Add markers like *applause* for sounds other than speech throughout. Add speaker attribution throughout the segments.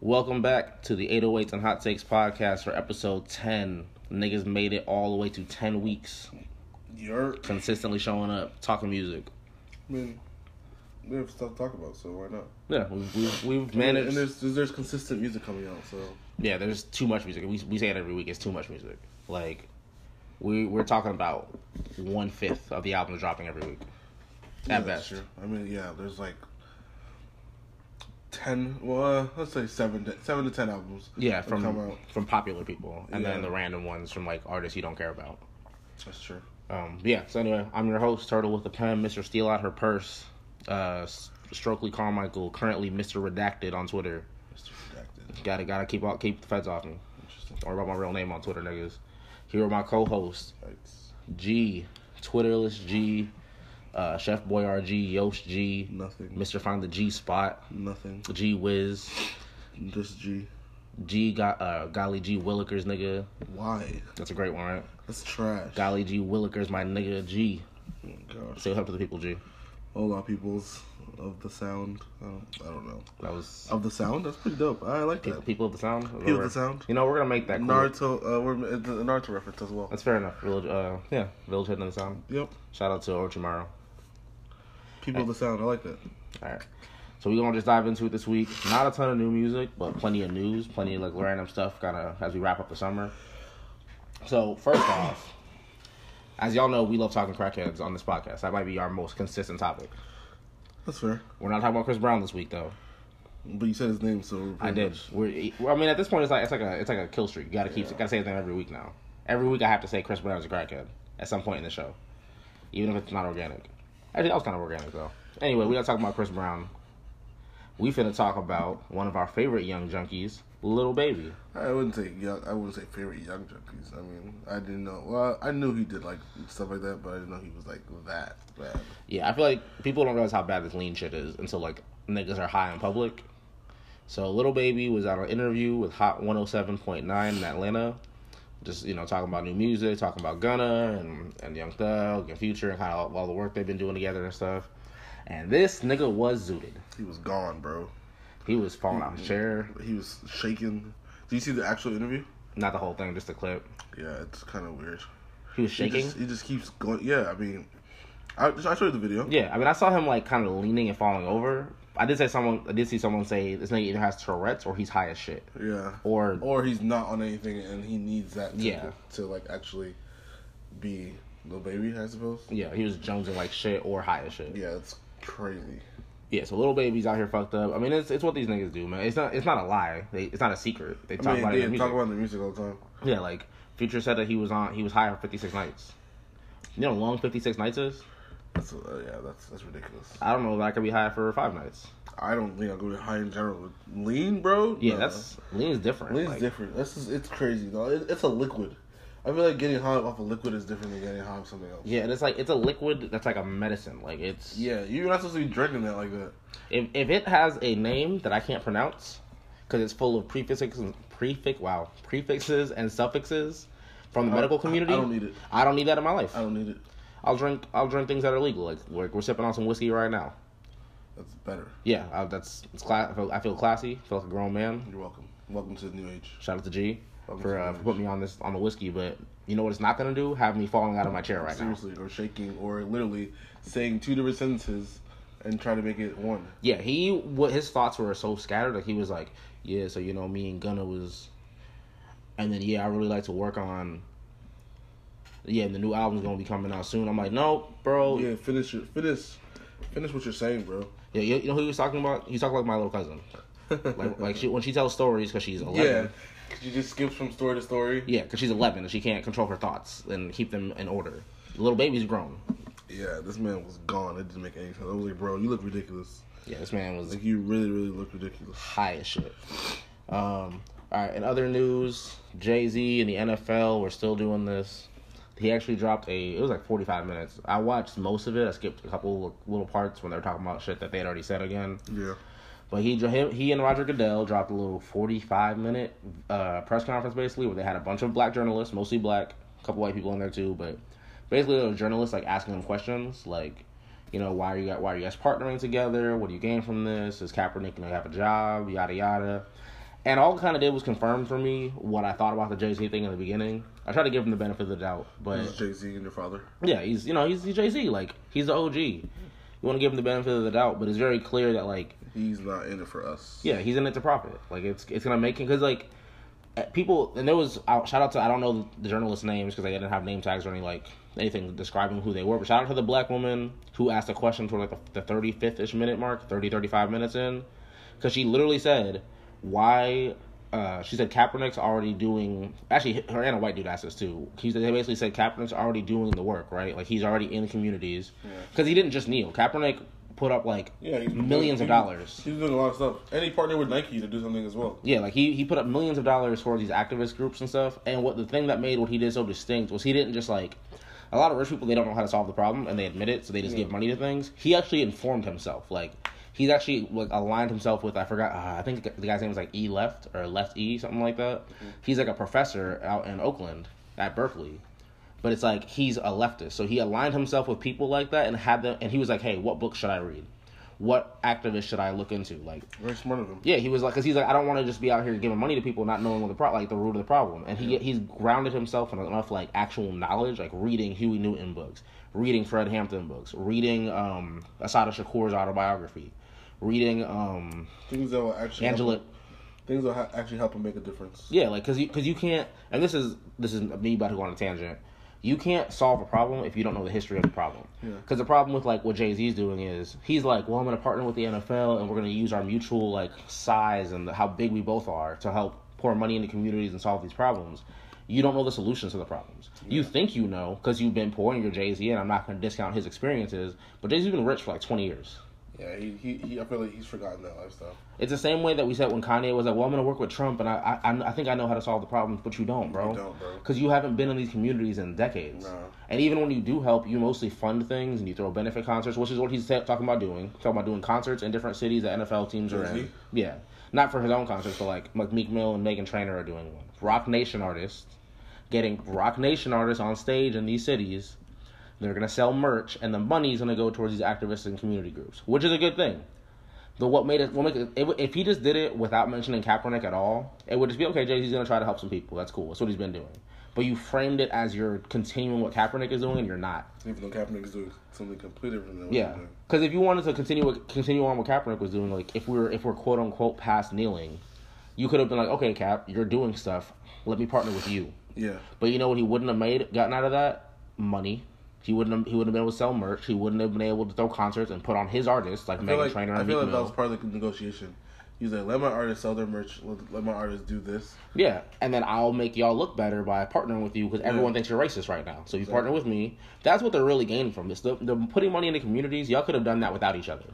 Speaker 1: Welcome back to the 808s and Hot Takes podcast for episode 10. Niggas made it all the way to 10 weeks,
Speaker 2: You're
Speaker 1: consistently showing up, talking music.
Speaker 2: I mean, we have stuff to talk about, so why not?
Speaker 1: Yeah, we've, we've, we've
Speaker 2: And
Speaker 1: managed.
Speaker 2: there's there's, there's consistent music coming out, so
Speaker 1: Yeah, there's too much music. We, we say it every week. It's too much music. Like, we, we're talking about one fifth of the albums dropping every week.
Speaker 2: yeah,
Speaker 1: At best.
Speaker 2: that's true. I mean, yeah, there's like ten. Well, uh, let's say seven, to, seven to ten albums.
Speaker 1: Yeah,
Speaker 2: that come
Speaker 1: from
Speaker 2: out.
Speaker 1: from popular people, and then
Speaker 2: Yeah.
Speaker 1: the random ones from like artists you don't care about.
Speaker 2: That's true.
Speaker 1: Um, yeah. So anyway, I'm your host, Turtle with a Pen, Mr. Steal Out Her Purse, uh, S- Stokely Carmichael, currently Mr. Redacted on Twitter.
Speaker 2: Mr. Redacted.
Speaker 1: Gotta gotta keep out, keep the feds off me.
Speaker 2: Interesting.
Speaker 1: Don't worry about my real name on Twitter, niggas. Here are my co-hosts,
Speaker 2: Yikes.
Speaker 1: G, Twitterless G, uh, Chef Boy RG, Yosh G,
Speaker 2: Nothing.
Speaker 1: Mr. Find the G Spot,
Speaker 2: Nothing.
Speaker 1: G Wiz,
Speaker 2: Just G.
Speaker 1: G got uh, Golly G Willikers, nigga.
Speaker 2: Why?
Speaker 1: That's a great one, right?
Speaker 2: That's trash.
Speaker 1: Golly G Willikers, my nigga G.
Speaker 2: Oh my gosh.
Speaker 1: Say what's up to the people, G.
Speaker 2: Hola, peoples of the sound. I don't, I don't know.
Speaker 1: That was
Speaker 2: Of the sound. That's pretty dope. I like
Speaker 1: People,
Speaker 2: that.
Speaker 1: people of the Sound.
Speaker 2: People of the Sound.
Speaker 1: You know, we're gonna make that cool.
Speaker 2: Naruto. Uh, we're it's a Naruto reference as well.
Speaker 1: That's fair enough. Village, uh, yeah, Village Head and the Sound.
Speaker 2: Yep.
Speaker 1: Shout out to Orochimaru.
Speaker 2: People of the sound. I like that.
Speaker 1: All right, so we're gonna just dive into it this week. Not a ton of new music, but plenty of news, plenty of like random stuff. Kind of as we wrap up the summer. So first off, as y'all know, we love talking crackheads on this podcast. That might be our most consistent topic.
Speaker 2: That's fair.
Speaker 1: We're not talking about Chris Brown this week though.
Speaker 2: But you said his name, so we're
Speaker 1: I
Speaker 2: pretty
Speaker 1: did.
Speaker 2: much-
Speaker 1: We're, e, well, I mean, at this point, it's like it's like a it's like a kill streak. You gotta keep
Speaker 2: Yeah.
Speaker 1: gotta say his name every week now. Every week, I have to say Chris Brown's a crackhead at some point in the show, even if it's not organic. Actually, that was kind of organic though. Anyway, we gotta talk about Chris Brown. We finna talk about one of our favorite young junkies, Little Baby.
Speaker 2: I wouldn't say young. I wouldn't say favorite young junkies. I mean, I didn't know. Well, I knew he did like stuff like that, but I didn't know he was like that bad.
Speaker 1: Yeah, I feel like people don't realize how bad this lean shit is until like niggas are high in public. So Little Baby was at an interview with Hot 107.9 in Atlanta. Just, you know, talking about new music, talking about Gunna and, and Young Thug and Future and kind of all the work they've been doing together and stuff. And this nigga was zooted.
Speaker 2: He was gone, bro.
Speaker 1: He was falling out of his
Speaker 2: Mm-hmm.
Speaker 1: chair.
Speaker 2: He was shaking. Did you see the actual interview?
Speaker 1: Not the whole thing, just a clip.
Speaker 2: Yeah, it's kind of weird.
Speaker 1: He was
Speaker 2: He
Speaker 1: shaking.
Speaker 2: just, he just keeps going. Yeah, I mean, I, I showed you the video.
Speaker 1: Yeah, I mean, I saw him like kind of leaning and falling over. I did say someone, I did see someone say this nigga either has Tourette's or he's high as shit,
Speaker 2: Yeah.
Speaker 1: or
Speaker 2: Or he's not on anything and he needs that. To,
Speaker 1: Yeah.
Speaker 2: To like actually be little baby, I suppose.
Speaker 1: Yeah, he was jonesing like shit or high as shit. Yeah.
Speaker 2: Yeah, it's crazy.
Speaker 1: so little babies out here fucked up. I mean, it's it's what these niggas do, man. It's not it's not a lie. They, it's not a secret. They talk
Speaker 2: I mean,
Speaker 1: about
Speaker 2: they
Speaker 1: it. In
Speaker 2: talk
Speaker 1: music.
Speaker 2: about the music all the time.
Speaker 1: yeah, like Future said that he was on he was high for fifty six nights. You know, how long fifty six nights is.
Speaker 2: That's uh, yeah, that's that's ridiculous.
Speaker 1: I don't know if I could be high for five nights.
Speaker 2: I don't think I'll go high in general. Lean, bro.
Speaker 1: Yeah,
Speaker 2: Nah.
Speaker 1: that's lean's different.
Speaker 2: lean's
Speaker 1: like,
Speaker 2: different. This Uh, is it's crazy though. It, it's a liquid. I feel like getting high off a liquid is different than getting high off something else.
Speaker 1: Yeah, and it's like it's a liquid that's like a medicine. Like it's
Speaker 2: Yeah, you're not supposed to be drinking that like that.
Speaker 1: If if it has a name that I can't pronounce, because it's full of prefixes, prefix wow, prefixes and suffixes from the
Speaker 2: I-
Speaker 1: medical
Speaker 2: I-
Speaker 1: community.
Speaker 2: I don't need it.
Speaker 1: I don't need that in my life.
Speaker 2: I don't need it.
Speaker 1: I'll drink. I'll drink things that are legal. Like like we're sipping on some whiskey right now.
Speaker 2: That's better.
Speaker 1: Yeah, I, that's it's cla- I feel- I feel classy. Feel like a grown man.
Speaker 2: You're welcome. Welcome to the new age.
Speaker 1: Shout out to G
Speaker 2: Welcome
Speaker 1: for
Speaker 2: to
Speaker 1: uh,
Speaker 2: the
Speaker 1: for putting me on this on the whiskey. But you know what? It's not gonna do. Have me falling out of my chair right now.
Speaker 2: Seriously, or shaking, or literally saying two different sentences and trying to make it one.
Speaker 1: Yeah, he what his thoughts were so scattered. Like he was like, yeah, so you know me and Gunna was, and then yeah, I really like to work on. Yeah, and the new album's gonna be coming out soon. I'm like, no, bro. Yeah,
Speaker 2: Yeah, finish it. Finish. Finish what you're saying, bro.
Speaker 1: you, you know who he was talking about? He was talking about my little
Speaker 2: *laughs*
Speaker 1: cousin. Like, like she when she tells stories because she's 11.
Speaker 2: yeah. Could you just skip from story to story?
Speaker 1: Yeah, because she's 11 and she can't control her thoughts and keep them in order. The little baby's grown.
Speaker 2: Yeah, this man was gone. It didn't make any sense. I was like, bro, you look ridiculous.
Speaker 1: Yeah, this man was
Speaker 2: Like, you really, really look ridiculous.
Speaker 1: high as shit. Um, all right, in other news, Jay Z and the NFL were still doing this. He actually dropped a. It was like forty five minutes. I watched most of it. I skipped a couple little parts when they were talking about shit that they had already said again.
Speaker 2: Yeah.
Speaker 1: But he him, he and Roger Goodell dropped a little 45 minute uh, press conference basically where they had a bunch of black journalists, mostly black, a couple white people in there too, but basically there were journalists like asking them questions like, you know, why are you got why are you guys partnering together? What do you gain from this? Is Kaepernick gonna have a job? Yada yada. And all it kind of did was confirm for me what I thought about the Jay Z thing in the beginning. I tried to give him the benefit of the doubt, but
Speaker 2: Is Jay Z and your father?
Speaker 1: yeah, he's you know he's, he's Jay Z, like he's the OG. You want to give him the benefit of the doubt, but it's very clear that like
Speaker 2: He's not in it for us.
Speaker 1: yeah, he's in it to profit. Like it's it's gonna make him because like uh, people and there was uh, shout out to I don't know the journalist names because I didn't have name tags or any like anything describing who they were. But shout out to the black woman who asked a question toward like the thirty fifth ish minute mark, 30, 35 minutes in, because she literally said why. Uh, she said Kaepernick's already doing. Actually, her and a white dude asked this too. He said, they basically said Kaepernick's already doing the work, right? Like he's already in communities because he didn't just kneel. Kaepernick put up like
Speaker 2: Yeah, he's
Speaker 1: millions of
Speaker 2: he-
Speaker 1: dollars.
Speaker 2: He's doing a lot of stuff, and he partnered with Nike to do something as well.
Speaker 1: Yeah, like he, he put up millions of dollars for these activist groups and stuff. And what the thing that made what he did so distinct was he didn't just like a lot of rich people they don't know how to solve the problem and they admit it, so they just give money to things. He actually informed himself. Like he's actually like aligned himself with I forgot uh, I think the guy's name was like E Left or Left E something like that. He's like a professor out in Oakland at Berkeley. But it's like he's a leftist, so he aligned himself with people like that and had them. And he was like, "Hey, what book should I read? What activist should I look into? Like,
Speaker 2: Very smart of him.
Speaker 1: yeah, he was like, because he's like, I don't want to just be out here giving money to people, not knowing what the pro- like the root of the problem. And he he's grounded himself in enough like actual knowledge, like reading Huey Newton books, reading Fred Hampton books, reading um Asada Shakur's autobiography, reading um
Speaker 2: Things that will actually
Speaker 1: Angela.
Speaker 2: help him- things that ha- actually help him make a difference.
Speaker 1: Yeah, like because you because you can't, and this is this is me about to go on a tangent. You can't solve a problem if you don't know the history of the problem.
Speaker 2: Yeah.
Speaker 1: Because the problem with like what Jay Z's doing is he's like, well, I'm gonna partner with the NFL and we're gonna use our mutual like size and the, how big we both are to help pour money into communities and solve these problems. You don't know the solutions to the problems. You think you know because you've been pouring your Jay Z, and I'm not gonna discount his experiences, but Jay Z's been rich for like 20 years.
Speaker 2: Yeah, he, he, he I feel like he's forgotten that lifestyle.
Speaker 1: It's the same way that we said when Kanye was like, "Well, I'm gonna work with Trump, and I I, I think I know how to solve the problems, but you don't, bro.
Speaker 2: You don't, bro.
Speaker 1: Because you haven't been in these communities in decades.
Speaker 2: No.
Speaker 1: And even when you do help, you mostly fund things and you throw benefit concerts, which is what he's ta- talking about doing. Talking about doing concerts in different cities that NFL teams are
Speaker 2: Is he?
Speaker 1: in. Yeah, not for his own concerts, but like like Meek Mill and Megan Trainor are doing one. Rock Nation artists, getting Rock Nation artists on stage in these cities. They're gonna sell merch, and the money's gonna go towards these activists and community groups, which is a good thing. But what made it, what make it, it would- if he just did it without mentioning Kaepernick at all, it would just be okay. Jay Z's gonna try to help some people. That's cool. That's what he's been doing. But you framed it as you're continuing what Kaepernick is doing, and you're not.
Speaker 2: Even though Kaepernick is doing something completely different than what
Speaker 1: Yeah.
Speaker 2: he's doing.
Speaker 1: Because if you wanted to continue what- continue on what Kaepernick was doing, like if we're if we're quote unquote past kneeling, you could have been like, okay, Cap, you're doing stuff. Let me partner with you.
Speaker 2: Yeah.
Speaker 1: But you know what? He wouldn't have made gotten out of that money. He wouldn't. Have, he wouldn't have been able to sell merch. He wouldn't have been able to throw concerts and put on his artists like
Speaker 2: I feel
Speaker 1: Megan
Speaker 2: like,
Speaker 1: Trainor
Speaker 2: I
Speaker 1: and
Speaker 2: feel
Speaker 1: Meek
Speaker 2: like that
Speaker 1: Mill.
Speaker 2: was part of the negotiation. He was like, let my artists sell their merch, let, let my artists do this.
Speaker 1: Yeah, and then I'll make y'all look better by partnering with you because everyone thinks you're racist right now. So you partner with me. That's what they're really gaining from this. The, the putting money into communities, y'all could have done that without each other.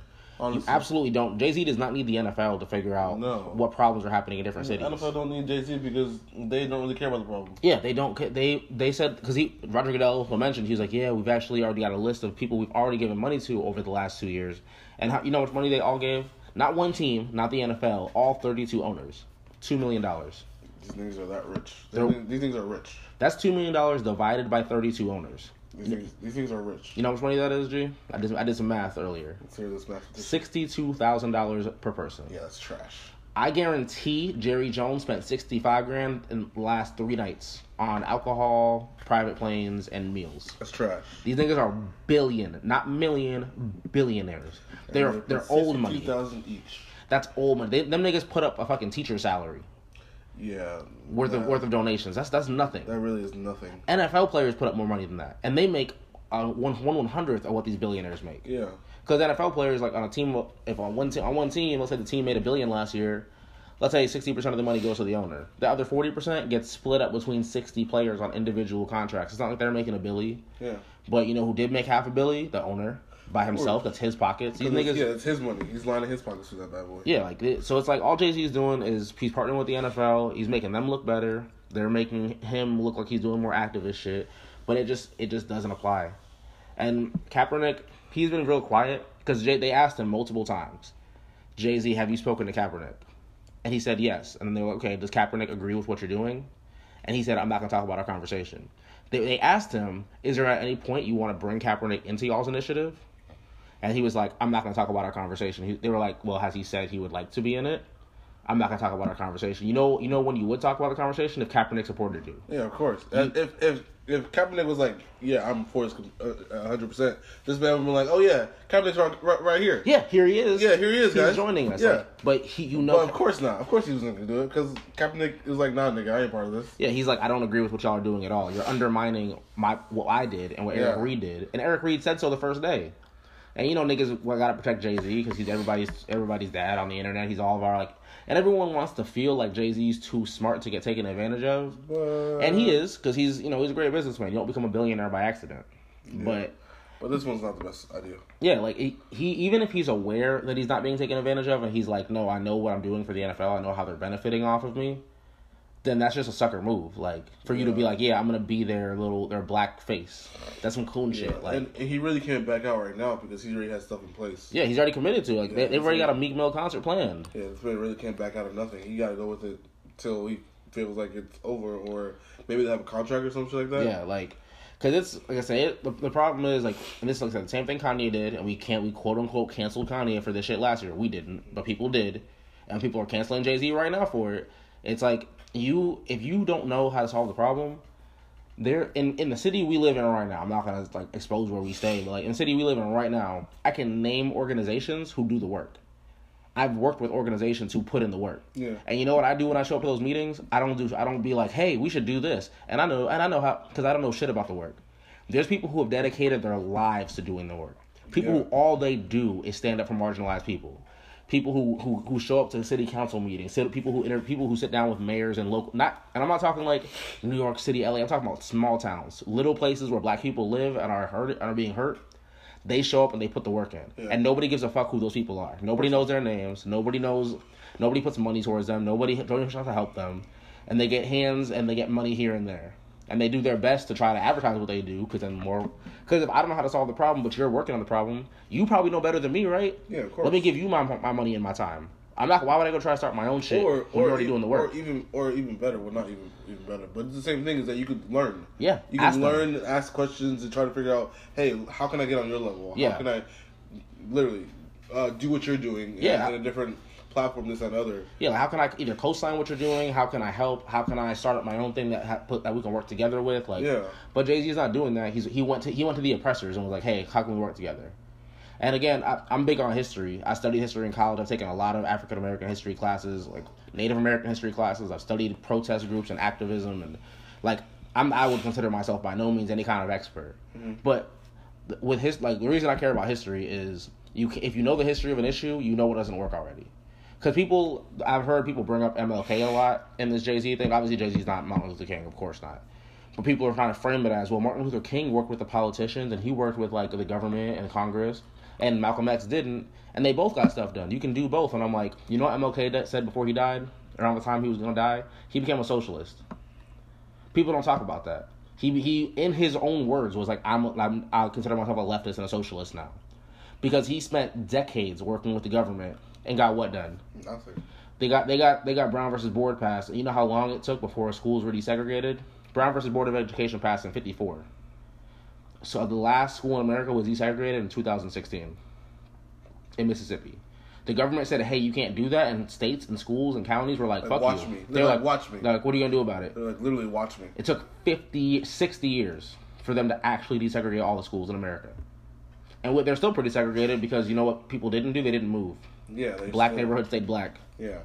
Speaker 1: You
Speaker 2: Honestly.
Speaker 1: absolutely don't. Jay Z does not need the NFL to figure out
Speaker 2: No.
Speaker 1: what problems are happening in different cities.
Speaker 2: NFL don't need Jay Z because they don't really care about the problem.
Speaker 1: Yeah, they don't. ca- They they said because he Roger Goodell who mentioned he was like, yeah, we've actually already got a list of people we've already given money to over the last two years, and how, you know how much money they all gave? Not one team, not the NFL, all thirty-two owners, two million dollars.
Speaker 2: These niggas are that rich.
Speaker 1: They're-
Speaker 2: These, these things are rich.
Speaker 1: That's two million dollars divided by thirty-two owners.
Speaker 2: These things, these things are rich.
Speaker 1: You know how much money that is, G? I did I did some math earlier.
Speaker 2: Consider this math.
Speaker 1: Sixty-two thousand dollars per person.
Speaker 2: Yeah, that's trash.
Speaker 1: I guarantee Jerry Jones spent sixty-five grand in the last three nights on alcohol, private planes, and meals.
Speaker 2: That's trash.
Speaker 1: These niggas are billion, not million, billionaires. They're they're old money.
Speaker 2: Two thousand each.
Speaker 1: That's old money. They, them niggas put up a fucking teacher salary
Speaker 2: Yeah.
Speaker 1: worth
Speaker 2: that,
Speaker 1: of worth of donations. That's that's nothing.
Speaker 2: That really is nothing.
Speaker 1: NFL players put up more money than that, and they make uh, one one one hundredth of what these billionaires make.
Speaker 2: Yeah.
Speaker 1: Because NFL players, like on a team, if on one team, on one team, let's say the team made a billion last year, let's say sixty percent of the money goes to the owner. The other forty percent gets split up between sixty players on individual contracts. It's not like they're making a billy,
Speaker 2: Yeah.
Speaker 1: but you know who did make half a billy? The owner by himself. That's his pockets. These niggas,
Speaker 2: yeah,
Speaker 1: yeah.
Speaker 2: it's his money. He's lining his pockets for that bad boy.
Speaker 1: like they- so it's like all Jay Z's doing is he's partnering with the NFL. He's making them look better. They're making him look like he's doing more activist shit, but it just it just doesn't apply. And Kaepernick, he's been real quiet because they asked him multiple times. Jay Z, have you spoken to Kaepernick? And he said yes. And then they were like, okay, does Kaepernick agree with what you're doing? And he said, I'm not going to talk about our conversation. They, they asked him, is there at any point you want to bring Kaepernick into y'all's initiative? And he was like, I'm not going to talk about our conversation. He, they were like, well, has he said he would like to be in it? I'm not gonna talk about our conversation. You know, you know when you would talk about the conversation if Kaepernick supported you.
Speaker 2: Yeah, of course. And if if if Kaepernick was like, yeah, I'm for his hundred percent, this man would be like, oh yeah, Kaepernick's right, right, right here.
Speaker 1: Yeah, here he is.
Speaker 2: Yeah, here he is,
Speaker 1: He's
Speaker 2: guys.
Speaker 1: joining us.
Speaker 2: Yeah.
Speaker 1: like, but he, you know,
Speaker 2: Well, of course not. Of course he wasn't gonna do it because Kaepernick is like, nah, nigga, I ain't part of this.
Speaker 1: yeah, he's like, I don't agree with what y'all are doing at all. You're undermining my what I did and what Eric
Speaker 2: Yeah.
Speaker 1: Reed did, and Eric Reed said so the first day. And you know, niggas, well, gotta protect Jay Z because he's everybody's everybody's dad on the internet. He's all of our like, and everyone wants to feel like Jay Z's too smart to get taken advantage of.
Speaker 2: But,
Speaker 1: And he is, because he's you know he's a great businessman. You don't become a billionaire by accident. But
Speaker 2: But this one's not the best idea.
Speaker 1: yeah, like he, he even if he's aware that he's not being taken advantage of, and he's like, no, I know what I'm doing for the NFL. I know how they're benefiting off of me. Then that's just a sucker move. Like for you to be
Speaker 2: Yeah.
Speaker 1: like, yeah, I'm gonna be their little their black face. That's some coon shit. Like
Speaker 2: and, and he really can't back out right now because he already has stuff in place.
Speaker 1: yeah, he's already committed to. it. Like
Speaker 2: Yeah,
Speaker 1: they, they've
Speaker 2: he's
Speaker 1: already
Speaker 2: in-
Speaker 1: got a Meek Mill concert planned.
Speaker 2: Yeah, this man really can't back out of nothing. He got to go with it till he feels like it's over, or maybe they have a contract or something like that.
Speaker 1: Yeah, like, cause it's like I said, it, the, the problem is like, and this looks like the same thing Kanye did, and we can't we quote unquote canceled Kanye for this shit last year. We didn't, but people did, and people are canceling Jay Z right now for it. It's like you if you don't know how to solve the problem. There in in the city we live in right now. I'm not gonna like expose where we stay, but like in the city we live in right now, I can name organizations who do the work. I've worked with organizations who put in the work.
Speaker 2: Yeah.
Speaker 1: And you know what I do when I show up to those meetings? I don't do I don't be like, "Hey, we should do this." And I know and I know how cuz I don't know shit about the work. There's people who have dedicated their lives to doing the work. People who
Speaker 2: Yeah.
Speaker 1: all they do is stand up for marginalized people. People who, who, who show up to the city council meetings, sit- people who inter- people who sit down with mayors and local not and I'm not talking like New York City, LA. I'm talking about small towns, little places where black people live and are hurt and are being hurt. They show up and they put the work in,
Speaker 2: Yeah.
Speaker 1: and nobody gives a fuck who those people are. Nobody knows their names. Nobody knows. Nobody puts money towards them. Nobody nobody tries to help them, and they get hands and they get money here and there, and they do their best to try to advertise what they do because then more. Because if I don't know how to solve the problem, but you're working on the problem, you probably know better than me, right?
Speaker 2: Yeah, of course.
Speaker 1: Let me give you my my money and my time. I'm not. Why would I go try to start my own shit
Speaker 2: Or,
Speaker 1: when
Speaker 2: or
Speaker 1: you're already
Speaker 2: e-
Speaker 1: doing the work?
Speaker 2: or even, or even better. Well, not even, even better. But it's the same thing is that you could learn.
Speaker 1: Yeah,
Speaker 2: you
Speaker 1: ask
Speaker 2: can
Speaker 1: them.
Speaker 2: learn, ask questions, and try to figure out. Hey, how can I get on your level? How
Speaker 1: Yeah.
Speaker 2: can I, literally, uh, do what you're doing?
Speaker 1: Yeah.
Speaker 2: in a different platform, this and other.
Speaker 1: yeah, like, how can I either co-sign what you're doing? How can I help? How can I start up my own thing that ha- put that we can work together with? Like,
Speaker 2: Yeah.
Speaker 1: But Jay Z is not doing that. He's he went to he went to the oppressors and was like, hey, how can we work together? And again, I, I'm big on history. I studied history in college. I've taken a lot of African American history classes, like Native American history classes. I've studied protest groups and activism, and like I'm I would consider myself by no means any kind of expert, but th- with his like the reason I care about history is you ca- if you know the history of an issue, you know what doesn't work already. Because people, I've heard people bring up MLK a lot in this Jay Z thing. Obviously, Jay Z's not Martin Luther King, of course not. But people are trying to frame it as well. Martin Luther King worked with the politicians, and he worked with like the government and Congress, and Malcolm X didn't, and they both got stuff done. You can do both, and I'm like, you know what MLK that said before he died, around the time he was gonna die, he became a socialist. People don't talk about that. He he in his own words was like I'm, I'm I consider myself a leftist and a socialist now, because he spent decades working with the government and got what done.
Speaker 2: Nothing.
Speaker 1: They got they got they got Brown versus Board passed. You know how long it took before schools were desegregated? Brown versus Board of Education passed in '54. So the last school in America was desegregated in 2016 in Mississippi. The government said, "Hey, you can't do that," and states and schools and counties were like,
Speaker 2: Like,
Speaker 1: "Fuck
Speaker 2: watch
Speaker 1: you."
Speaker 2: me. They're
Speaker 1: They were
Speaker 2: like, "Watch me."
Speaker 1: they're like, what are you gonna do about it?
Speaker 2: They're like literally watch me.
Speaker 1: It took 50, 60 years for them to actually desegregate all the schools in America. And what, they're still pretty segregated because you know what people didn't do? They didn't move.
Speaker 2: Yeah, they
Speaker 1: Black
Speaker 2: still-
Speaker 1: neighborhoods stayed black.
Speaker 2: Yeah,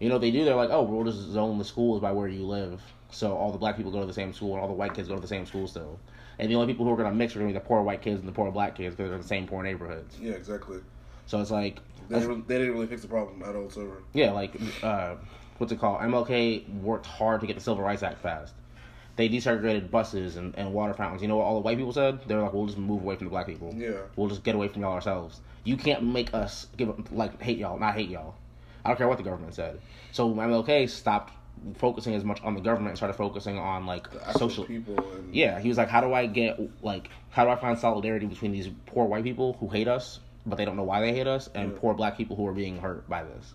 Speaker 1: You know what they do? They're like, oh, we'll just zone the schools by where you live. So all the black people go to the same school and all the white kids go to the same school still. And the only people who are going to mix are going to be the poor white kids and the poor black kids because they're in the same poor neighborhoods.
Speaker 2: yeah, exactly.
Speaker 1: So it's like,
Speaker 2: They didn't, they didn't really fix the problem at all whatsoever.
Speaker 1: Yeah, like uh, what's it called? MLK worked hard to get the Civil Rights Act passed. They desegregated buses and, and water fountains. You know what all the white people said? They were like, "We'll just move away from the black people.
Speaker 2: Yeah.
Speaker 1: we'll just get away from y'all ourselves. You can't make us give like hate y'all, not hate y'all. I don't care what the government said." So MLK stopped focusing as much on the government and started focusing on like
Speaker 2: Actual
Speaker 1: social.
Speaker 2: people and
Speaker 1: Yeah, he was like, "How do I get like how do I find solidarity between these poor white people who hate us, but they don't know why they hate us, and
Speaker 2: Yeah.
Speaker 1: poor black people who are being hurt by this?"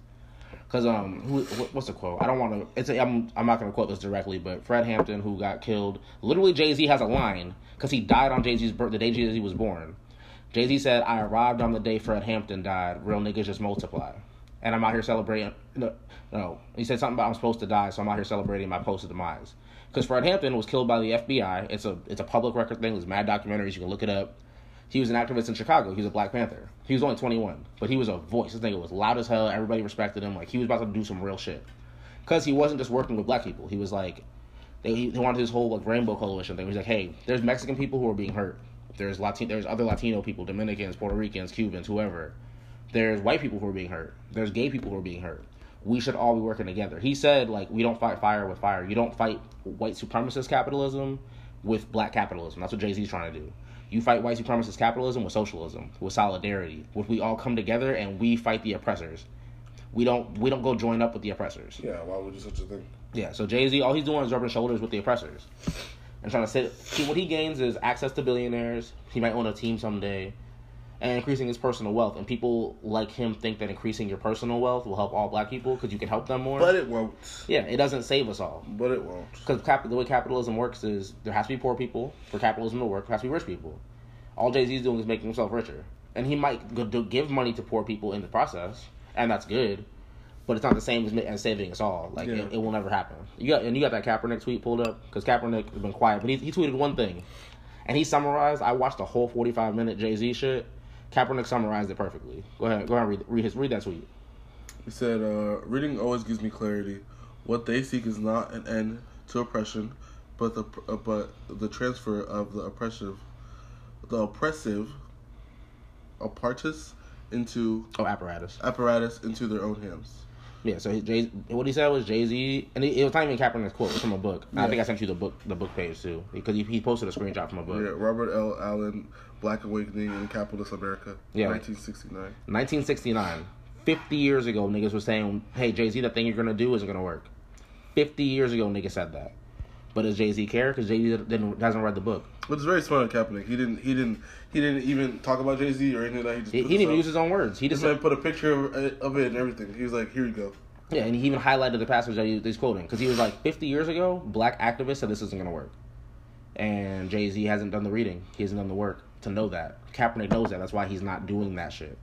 Speaker 1: Because um, who, wh- what's the quote? I don't want to. It's a, I'm I'm not gonna quote this directly, but Fred Hampton, who got killed, literally Jay Z has a line because he died on Jay Z's birth, the day Jay Z was born. Jay Z said, "I arrived on the day Fred Hampton died. Real niggas just multiply." and I'm out here celebrating. No, no, he said something about I'm supposed to die, so I'm out here celebrating my posted demise. Because Fred Hampton was killed by the FBI. It's a it's a public record thing. There's mad documentaries. You can look it up. He was an activist in Chicago. He was a Black Panther. He was only 21, but he was a voice. This nigga was loud as hell. Everybody respected him. Like he was about to do some real shit. Because he wasn't just working with black people. He was like, they, he they wanted his whole like rainbow coalition thing. He's like, hey, there's Mexican people who are being hurt. There's Latin, there's other Latino people, Dominicans, Puerto Ricans, Cubans, whoever. There's white people who are being hurt. There's gay people who are being hurt. We should all be working together. He said, like, we don't fight fire with fire. You don't fight white supremacist capitalism with black capitalism. That's what Jay Z's trying to do. You fight white supremacist capitalism with socialism, with solidarity, with we all come together and we fight the oppressors. We don't we don't go join up with the oppressors.
Speaker 2: Yeah, why would you such a thing?
Speaker 1: Yeah, so Jay Z, all he's doing is rubbing shoulders with the oppressors and trying to sit. See, what he gains is access to billionaires. He might own a team someday, and increasing his personal wealth. And people like him think that increasing your personal wealth will help all black people because you can help them more.
Speaker 2: But it won't.
Speaker 1: yeah, it doesn't save us all
Speaker 2: But it won't.
Speaker 1: because cap- the way capitalism works is there has to be poor people for capitalism to work. There has to be rich people. All Jay Z's doing is making himself richer, and he might go- do- give money to poor people in the process, and that's good. But it's not the same as, ma- as saving us all. Like
Speaker 2: Yeah.
Speaker 1: it, it will never happen. You got and you got that Kaepernick tweet pulled up because Kaepernick has been quiet, but he he tweeted one thing, and he summarized. I watched the whole forty five minute Jay Z shit. Kaepernick summarized it perfectly. Go ahead, go ahead, and read read, his, read that tweet.
Speaker 2: He said, uh, reading always gives me clarity. What they seek is not an end to oppression, but the uh, but the transfer of the oppressive, the oppressive, apparatus into
Speaker 1: Oh, apparatus.
Speaker 2: apparatus into their own hands.
Speaker 1: Yeah, so he- Jay, what he said was Jay Z, and it, it was not even Kaepernick's quote. It was from a book. And I
Speaker 2: Yeah.
Speaker 1: think I sent you the book, the book page too, because he, he posted a screenshot from a book.
Speaker 2: Yeah, Robert L. Allen, Black Awakening in Capitalist America,
Speaker 1: Yeah.
Speaker 2: 1969.
Speaker 1: 1969, 50 years ago, niggas was saying, "Hey, Jay Z, the thing you're gonna do isn't gonna work." 50 years ago, niggas said that. But does Jay Z care? Because Jay Z didn't hasn't read the book.
Speaker 2: But it's very smart of Kaepernick. He didn't. He didn't. He didn't even talk about Jay Z or anything like that. He just
Speaker 1: He,
Speaker 2: put
Speaker 1: he didn't even
Speaker 2: up.
Speaker 1: use his own words. He just
Speaker 2: This man put a picture of, of it and everything. He was like, "Here you go."
Speaker 1: yeah, and he even highlighted the passage that he, he's quoting because he was like, 50 years ago, black activists said this isn't gonna work, and Jay Z hasn't done the reading. He hasn't done the work to know that. Kaepernick knows that. That's why he's not doing that shit.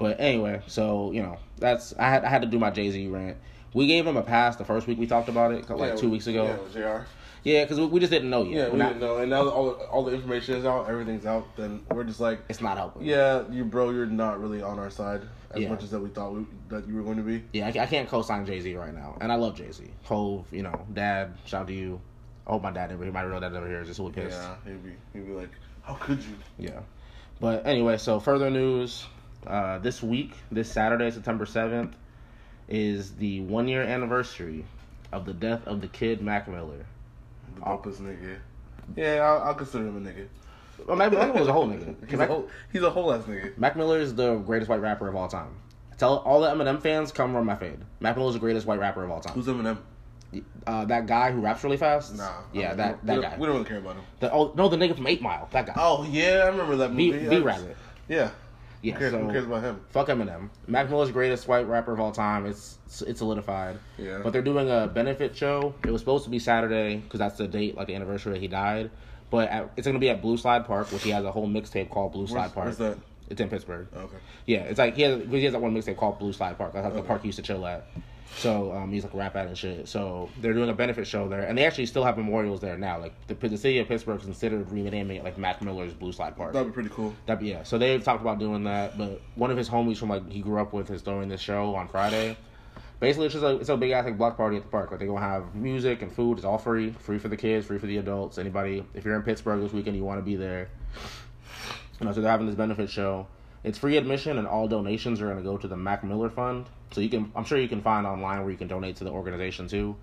Speaker 1: But anyway, so you know, that's I had I had to do my Jay Z rant. We gave him a pass the first week we talked about it, like
Speaker 2: Yeah,
Speaker 1: two weeks ago.
Speaker 2: Yeah, Jr.
Speaker 1: Yeah, because we just didn't know yet.
Speaker 2: Yeah,
Speaker 1: We're
Speaker 2: we
Speaker 1: not-
Speaker 2: didn't know, and now that all all the information is out, everything's out. Then we're just like,
Speaker 1: It's not helping.
Speaker 2: yeah, you bro, you're not really on our side as
Speaker 1: Yeah.
Speaker 2: much as that we thought we, that you were going to be.
Speaker 1: Yeah, I, ca- I can't co-sign Jay Z right now, and I love Jay Z. Hove, you know, Dad, shout out to you. I hope my dad never, my real dad never hears this. He'll be pissed.
Speaker 2: Yeah, he'd be he'd be like, how could you?
Speaker 1: Yeah. But anyway, so further news. Uh, this week, this Saturday, September 7th, is the one year anniversary of the death of the kid Mac Miller.
Speaker 2: The
Speaker 1: Oh.
Speaker 2: dopest nigga. Yeah, I'll, I'll consider him a nigga.
Speaker 1: Well, Mac Miller was a whole nigga.
Speaker 2: He's a
Speaker 1: Mac,
Speaker 2: whole, he's a whole ass nigga.
Speaker 1: Mac Miller is the greatest white rapper of all time. Tell all the Eminem fans, come run my fade. Mac Miller's the greatest white rapper of all time.
Speaker 2: Who's Eminem?
Speaker 1: Uh, that guy who raps really fast?
Speaker 2: Nah.
Speaker 1: Yeah,
Speaker 2: I mean,
Speaker 1: that,
Speaker 2: we
Speaker 1: that
Speaker 2: don't-
Speaker 1: guy.
Speaker 2: We don't really care about him.
Speaker 1: The, oh no, the nigga from Eight Mile, that guy.
Speaker 2: Oh yeah, I remember that
Speaker 1: B, B
Speaker 2: movie. That's-
Speaker 1: Rabbit.
Speaker 2: Yeah.
Speaker 1: Yeah.
Speaker 2: Who cares,
Speaker 1: so
Speaker 2: who cares about him?
Speaker 1: fuck Eminem. Mac Miller's greatest white rapper of all time. It's it's solidified.
Speaker 2: Yeah.
Speaker 1: But they're doing a benefit show. It was supposed to be Saturday because that's the date, like the anniversary that he died. But at, it's gonna be at Blue Slide Park, which he has a whole mixtape called Blue Slide
Speaker 2: Where's,
Speaker 1: Park.
Speaker 2: where's that? Oh.
Speaker 1: It's in Pittsburgh.
Speaker 2: Okay.
Speaker 1: Yeah, it's like he has he has that one mixtape called Blue Slide Park. That's like the park he used to chill at. So um, he's like a rap at and shit. So they're doing a benefit show there, and they actually still have memorials there now. Like the, the city of Pittsburgh considered renaming it like Mac Miller's Blue Slide Park.
Speaker 2: That'd be pretty cool.
Speaker 1: That yeah. So they've talked about doing that, but one of his homies from like he grew up with is throwing this show on Friday. Basically, it's just a it's a big ass like block party at the park. Like they're gonna have music and food. It's all free, free for the kids, free for the adults. Anybody, if you're in Pittsburgh this weekend, you want to be there. You know, so they're having this benefit show. It's free admission, and all donations are gonna go to the Mac Miller Fund. So you can, I'm sure you can find online where you can donate to the organization too.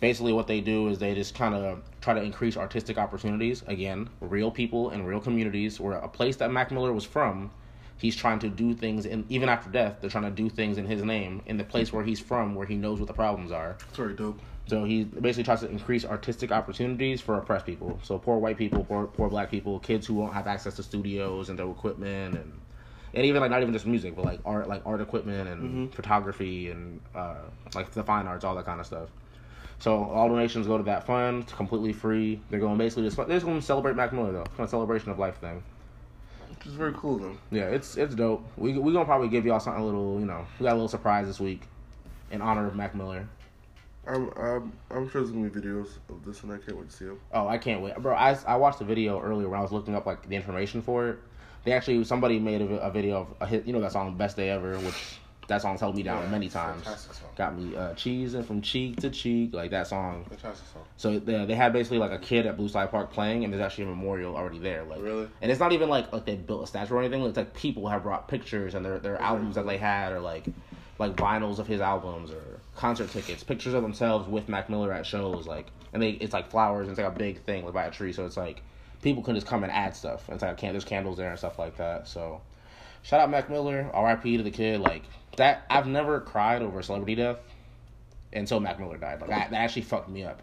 Speaker 1: Basically, what they do is they just kind of try to increase artistic opportunities. Again, real people in real communities, where a place that Mac Miller was from, he's trying to do things, and even after death, they're trying to do things in his name in the place where he's from, where he knows what the problems are.
Speaker 2: It's pretty dope.
Speaker 1: So he basically tries to increase artistic opportunities for oppressed people. So poor white people, poor poor black people, kids who won't have access to studios and their equipment and and even like not even just music, but like art like art equipment and photography and uh, like the fine arts, all that kind of stuff. So all donations go to that fund. It's completely free. They're going basically just they're just going to celebrate Mac Miller though. It's kind of celebration of life thing.
Speaker 2: Which is very cool though.
Speaker 1: Yeah, it's it's dope. We we gonna probably give y'all something a little, you know, we got a little surprise this week in honor of Mac Miller.
Speaker 2: I'm I'm I'm sure there's gonna be videos of this, and I can't wait to see them.
Speaker 1: Oh, I can't wait, bro. I I watched a video earlier when I was looking up like the information for it. They actually somebody made a, vi- a video of a hit, you know that song "Best Day Ever," which that song's held me down
Speaker 2: Yeah,
Speaker 1: many
Speaker 2: it's a
Speaker 1: times.
Speaker 2: fantastic song.
Speaker 1: Got me uh, cheesing from cheek to cheek, like that song.
Speaker 2: Fantastic song.
Speaker 1: So they, they had basically like a kid at Blue Slide Park playing, and there's actually a memorial already there. Like,
Speaker 2: Really?
Speaker 1: And it's not even like like they built a statue or anything. It's like people have brought pictures and their their albums that they had, or like like vinyls of his albums, or concert tickets, pictures of themselves with Mac Miller at shows. Like, and they it's like flowers. and It's like a big thing like by a tree. So it's like people can just come and add stuff. It's like can there's candles there and stuff like that. So shout out Mac Miller, R.I.P. to the kid. Like that, I've never cried over a celebrity death until Mac Miller died. Like that, that actually fucked me up.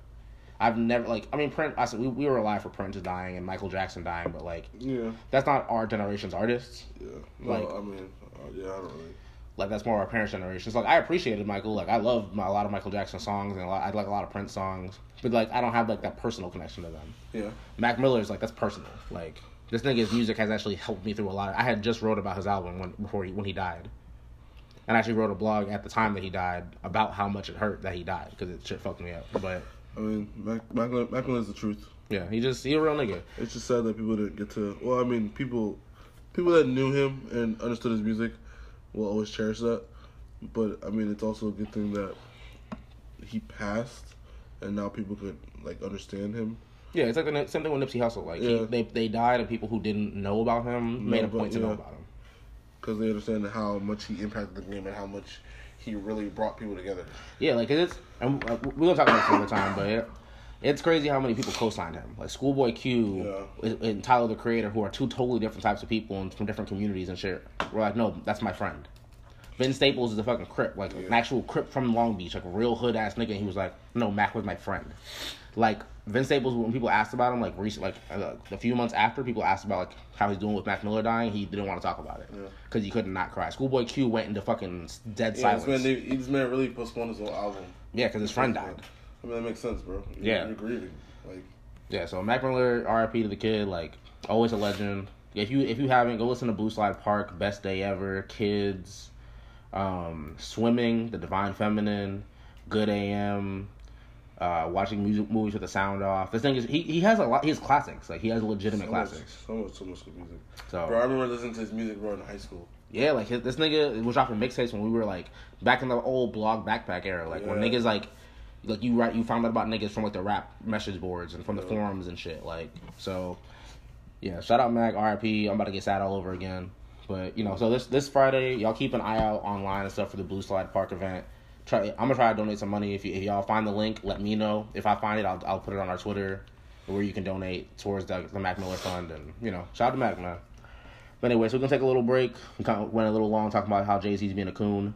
Speaker 1: I've never like I mean Prince. I said we, we were alive for Prince dying and Michael Jackson dying, but like
Speaker 2: Yeah,
Speaker 1: that's not our generation's artists.
Speaker 2: yeah. No,
Speaker 1: Like-
Speaker 2: I mean, uh, yeah, I don't really.
Speaker 1: Like that's more our parents' generations. Like I appreciated Michael. Like I love my, a lot of Michael Jackson songs and a lot, I like a lot of Prince songs, but like I don't have like that personal connection to them.
Speaker 2: Yeah,
Speaker 1: Mac Miller's like that's personal. Like this nigga's music has actually helped me through a lot. I had just wrote about his album when before he when he died, and I actually wrote a blog at the time that he died about how much it hurt that he died because it shit fucked me up. But
Speaker 2: I mean, Mac Mac Miller- Mac Miller's the truth.
Speaker 1: yeah, he just he a real nigga.
Speaker 2: It's just sad that people didn't get to. Well, I mean, people, people that knew him and understood his music, will always cherish that. But I mean, it's also a good thing that he passed, and now people could like understand him.
Speaker 1: Yeah, it's like the ni- same thing with Nipsey Hussle. Like
Speaker 2: Yeah.
Speaker 1: he, they they died, and people who didn't know about him made a
Speaker 2: but-
Speaker 1: point to know
Speaker 2: yeah.
Speaker 1: about him.
Speaker 2: because they understand how much he impacted the game and how much he really brought people together.
Speaker 1: Yeah, like 'cause it's and uh, we're gonna talk about this another time, but it, it's crazy how many people co-signed him. Like Schoolboy Q and- and Tyler the Creator, who are two totally different types of people and from different communities and shit. We're like, no, that's my friend. Ben Staples is a fucking crip, like an
Speaker 2: Yeah.
Speaker 1: actual crip from Long Beach, like a real hood ass nigga. And he was like, no, Mac was my friend. Like Ben Staples, when people asked about him, like recent, like uh, a few months after, people asked about like how he's doing with Mac Miller dying. He didn't want to talk about it
Speaker 2: Yeah.
Speaker 1: because he could not cry. Schoolboy Q went into fucking dead
Speaker 2: Yeah,
Speaker 1: silence.
Speaker 2: this man, they, this man really postponed his whole album.
Speaker 1: yeah, because his friend died.
Speaker 2: I mean, that makes sense, bro. You're,
Speaker 1: Yeah.
Speaker 2: you're grieving. Like,
Speaker 1: Yeah, so Mac Miller, RIP to the kid, like always a legend. If you if you haven't, go listen to Blue Slide Park, Best Day Ever, Kids, um, Swimming, The Divine Feminine, Good AM, uh, watching music movies with the sound off. This thing is he, he has a lot he has classics. Like he has legitimate
Speaker 2: so much,
Speaker 1: classics. Oh.
Speaker 2: so much, so much good music.
Speaker 1: So
Speaker 2: Bro, I remember listening to his music, bro, in high school.
Speaker 1: Yeah, like his, this nigga was dropping mixtapes when we were like back in the old blog backpack era, like when
Speaker 2: Yeah.
Speaker 1: niggas like like you write you found out about niggas from like the rap message boards and from the forums and shit. Like so, yeah. Shout out Mac, RIP. I'm about to get sad all over again, but you know. So this this Friday, y'all keep an eye out online and stuff for the Blue Slide Park event. Try, I'm gonna try to donate some money. If, you, if y'all find the link, let me know. If I find it, I'll I'll put it on our Twitter, where you can donate towards the, the Mac Miller Fund, and you know, shout out to Mac, man. But anyway, so we're gonna take a little break. We kind of went a little long talking about how Jay Z's being a coon.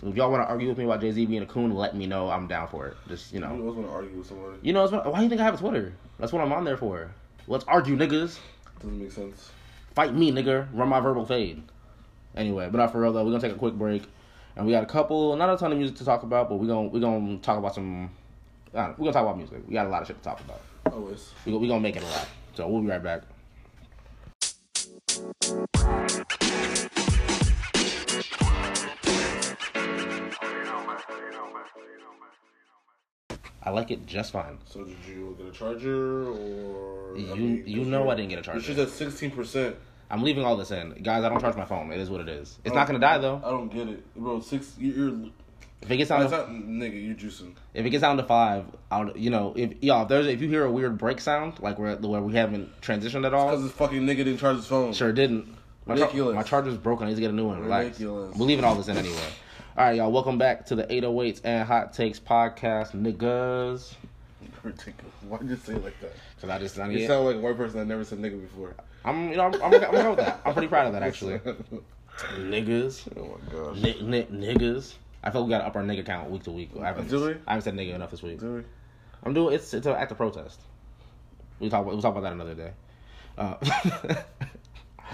Speaker 1: If y'all want to argue with me about Jay Z being a coon, let me know. I'm down for it. Just you
Speaker 2: I
Speaker 1: know,
Speaker 2: always want to argue with somebody.
Speaker 1: you know, it's, why do you think I have a Twitter? That's what I'm on there for. Let's argue, niggas.
Speaker 2: Doesn't make sense.
Speaker 1: Fight me, nigga. Run my verbal fade. Anyway, but not for real though. We're gonna take a quick break, and we got a couple, not a ton of music to talk about, but we gonna we gonna talk about some. I don't know, we're gonna talk about music. We got a lot of shit to talk about.
Speaker 2: Always.
Speaker 1: We we gonna make it a lot. So we'll be right back. I like it just fine.
Speaker 2: So did you get a charger or?
Speaker 1: You- you know I didn't get a charger.
Speaker 2: She's at sixteen percent.
Speaker 1: I'm leaving all this in, guys. I don't charge my phone. It is what it is. It's not gonna die
Speaker 2: I
Speaker 1: though. Oh.
Speaker 2: don't get it, bro. Six. You're, you're
Speaker 1: If it gets down,
Speaker 2: it's
Speaker 1: to,
Speaker 2: not nigga. You're juicing.
Speaker 1: if it gets down to five, I'll you know if y'all if there's if you hear a weird break sound like where where we haven't transitioned at all,
Speaker 2: Cause this fucking nigga didn't charge his phone.
Speaker 1: Sure didn't. My, char-
Speaker 2: Ridiculous.
Speaker 1: my charger's broken. I need to get a new one. Relax.
Speaker 2: Ridiculous.
Speaker 1: We're leaving all this in anyway. All right, y'all. Welcome back to the 808s and Hot Takes podcast, niggas.
Speaker 2: Ridiculous. Why did you say it like that?
Speaker 1: Because I just, I
Speaker 2: You
Speaker 1: need,
Speaker 2: sound like a white person that never said nigga before.
Speaker 1: I'm, you know, I'm, I'm, I'm okay with that. I'm pretty proud of that
Speaker 2: *laughs*
Speaker 1: actually.
Speaker 2: oh
Speaker 1: niggas,
Speaker 2: my gosh.
Speaker 1: ni- ni- niggas. I feel we gotta up our nigga count week to week. I haven't,
Speaker 2: Do we?
Speaker 1: I haven't said nigga enough this week.
Speaker 2: Do we?
Speaker 1: I'm doing it's it's an act of protest. We talk we'll talk about that another day. Uh,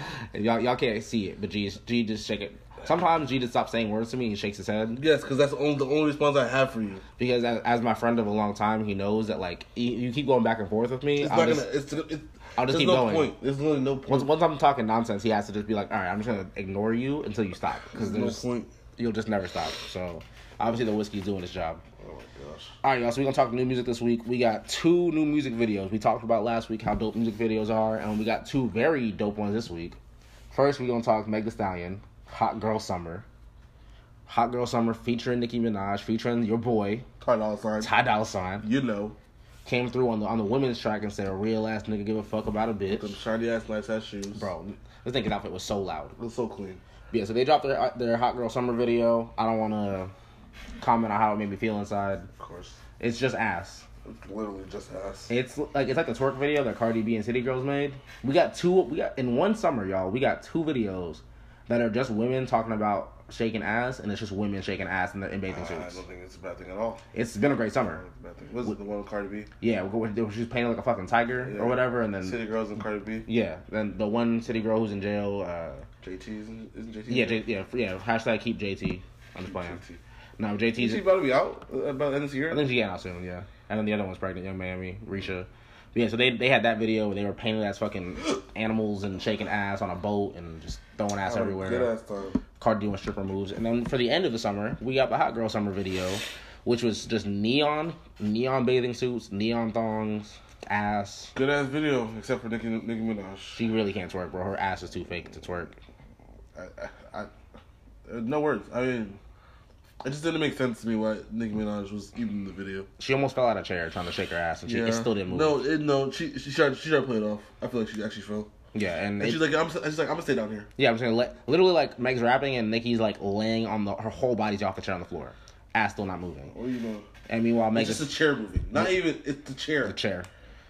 Speaker 1: *laughs* y'all y'all can't see it, but G is- G just shake it. Sometimes G just stops saying words to me. He shakes his head.
Speaker 2: Yes, because that's the only, the only response I have for you.
Speaker 1: because as, as my friend of a long time, he knows that like you, you keep going back and forth with me.
Speaker 2: It's
Speaker 1: I'll
Speaker 2: not
Speaker 1: just-
Speaker 2: gonna. It's, it,
Speaker 1: I'll just keep
Speaker 2: There's no
Speaker 1: going.
Speaker 2: point. There's literally no point.
Speaker 1: Once, once I'm talking nonsense, he has to just be like, all right, I'm just gonna ignore you until you stop because
Speaker 2: There's no
Speaker 1: there's
Speaker 2: point.
Speaker 1: you'll just never stop. So obviously the whiskey's doing its job.
Speaker 2: Oh my gosh.
Speaker 1: All right, y'all. So we're gonna talk new music this week. We got two new music videos. We talked about last week how dope music videos are, and we got two very dope ones this week. First, we're gonna talk Meg Thee Stallion, "Hot Girl Summer." Hot Girl Summer featuring Nicki Minaj, featuring your boy
Speaker 2: Ty Dolla Sign.
Speaker 1: Ty Dolla Sign,
Speaker 2: You know,
Speaker 1: came through on the on the women's track and said, "A real ass nigga give a fuck about a
Speaker 2: them
Speaker 1: bitch."
Speaker 2: shiny ass, nice ass shoes.
Speaker 1: Bro, this nigga's outfit was so loud.
Speaker 2: It was so clean.
Speaker 1: Yeah, so they dropped their uh, their Hot Girl Summer video. I don't want to comment on how it made me feel inside.
Speaker 2: Of course.
Speaker 1: It's just ass.
Speaker 2: It's Literally just ass.
Speaker 1: It's like it's like the twerk video that Cardi B and City Girls made. We got two. We got in one summer, y'all. We got two videos that are just women talking about shaking ass, and it's just women shaking ass in, the, in
Speaker 2: I
Speaker 1: bathing
Speaker 2: Ah, I don't
Speaker 1: suits.
Speaker 2: think it's a bad thing at all.
Speaker 1: It's been a great
Speaker 2: I
Speaker 1: summer.
Speaker 2: don't think it's a bad thing. Was it the one with Cardi B?
Speaker 1: Yeah, we go with- she's painted like a fucking tiger
Speaker 2: Yeah.
Speaker 1: or whatever, and then
Speaker 2: City Girls and Cardi B?
Speaker 1: yeah, then the one City Girl who's in jail. Uh,
Speaker 2: JT isn't, isn't JT?
Speaker 1: yeah, J, yeah, yeah. Hashtag keep JT. I'm just playing.
Speaker 2: JT.
Speaker 1: No,
Speaker 2: Is
Speaker 1: JT's.
Speaker 2: she about to be out uh, about the end of the year?
Speaker 1: I think she getting out soon, yeah. And then the other one's pregnant, young Miami, Risha. But yeah, so they they had that video where they were painted as
Speaker 2: *gasps*
Speaker 1: fucking animals and shaking ass on a boat and just throwing ass
Speaker 2: Oh, Good
Speaker 1: everywhere.
Speaker 2: ass time.
Speaker 1: Cardi doing stripper moves. And then for the end of the summer, we got the Hot Girl Summer video, which was just neon, neon bathing suits, neon thongs, ass.
Speaker 2: Good ass video, except for Nicki, Nicki Minaj.
Speaker 1: She really can't twerk, bro. Her ass is too fake to twerk.
Speaker 2: I, I, I, uh, no words. I mean, it just didn't make sense to me why Nicki Minaj was even in the video.
Speaker 1: She almost fell out of chair trying to shake her ass, and she it still didn't move.
Speaker 2: No, it, no. She she tried she tried to play it off. I feel like she actually fell.
Speaker 1: yeah, and,
Speaker 2: And
Speaker 1: it-
Speaker 2: she's like, I'm she's like, I'm gonna stay down here.
Speaker 1: Yeah, I'm saying like, literally like Meg's rapping and Nikki's like laying on the her whole body's off the chair on the floor, ass still not moving.
Speaker 2: What do you know?
Speaker 1: And meanwhile, Meg
Speaker 2: It's
Speaker 1: is
Speaker 2: just a chair movie. Not even it's the chair.
Speaker 1: the chair.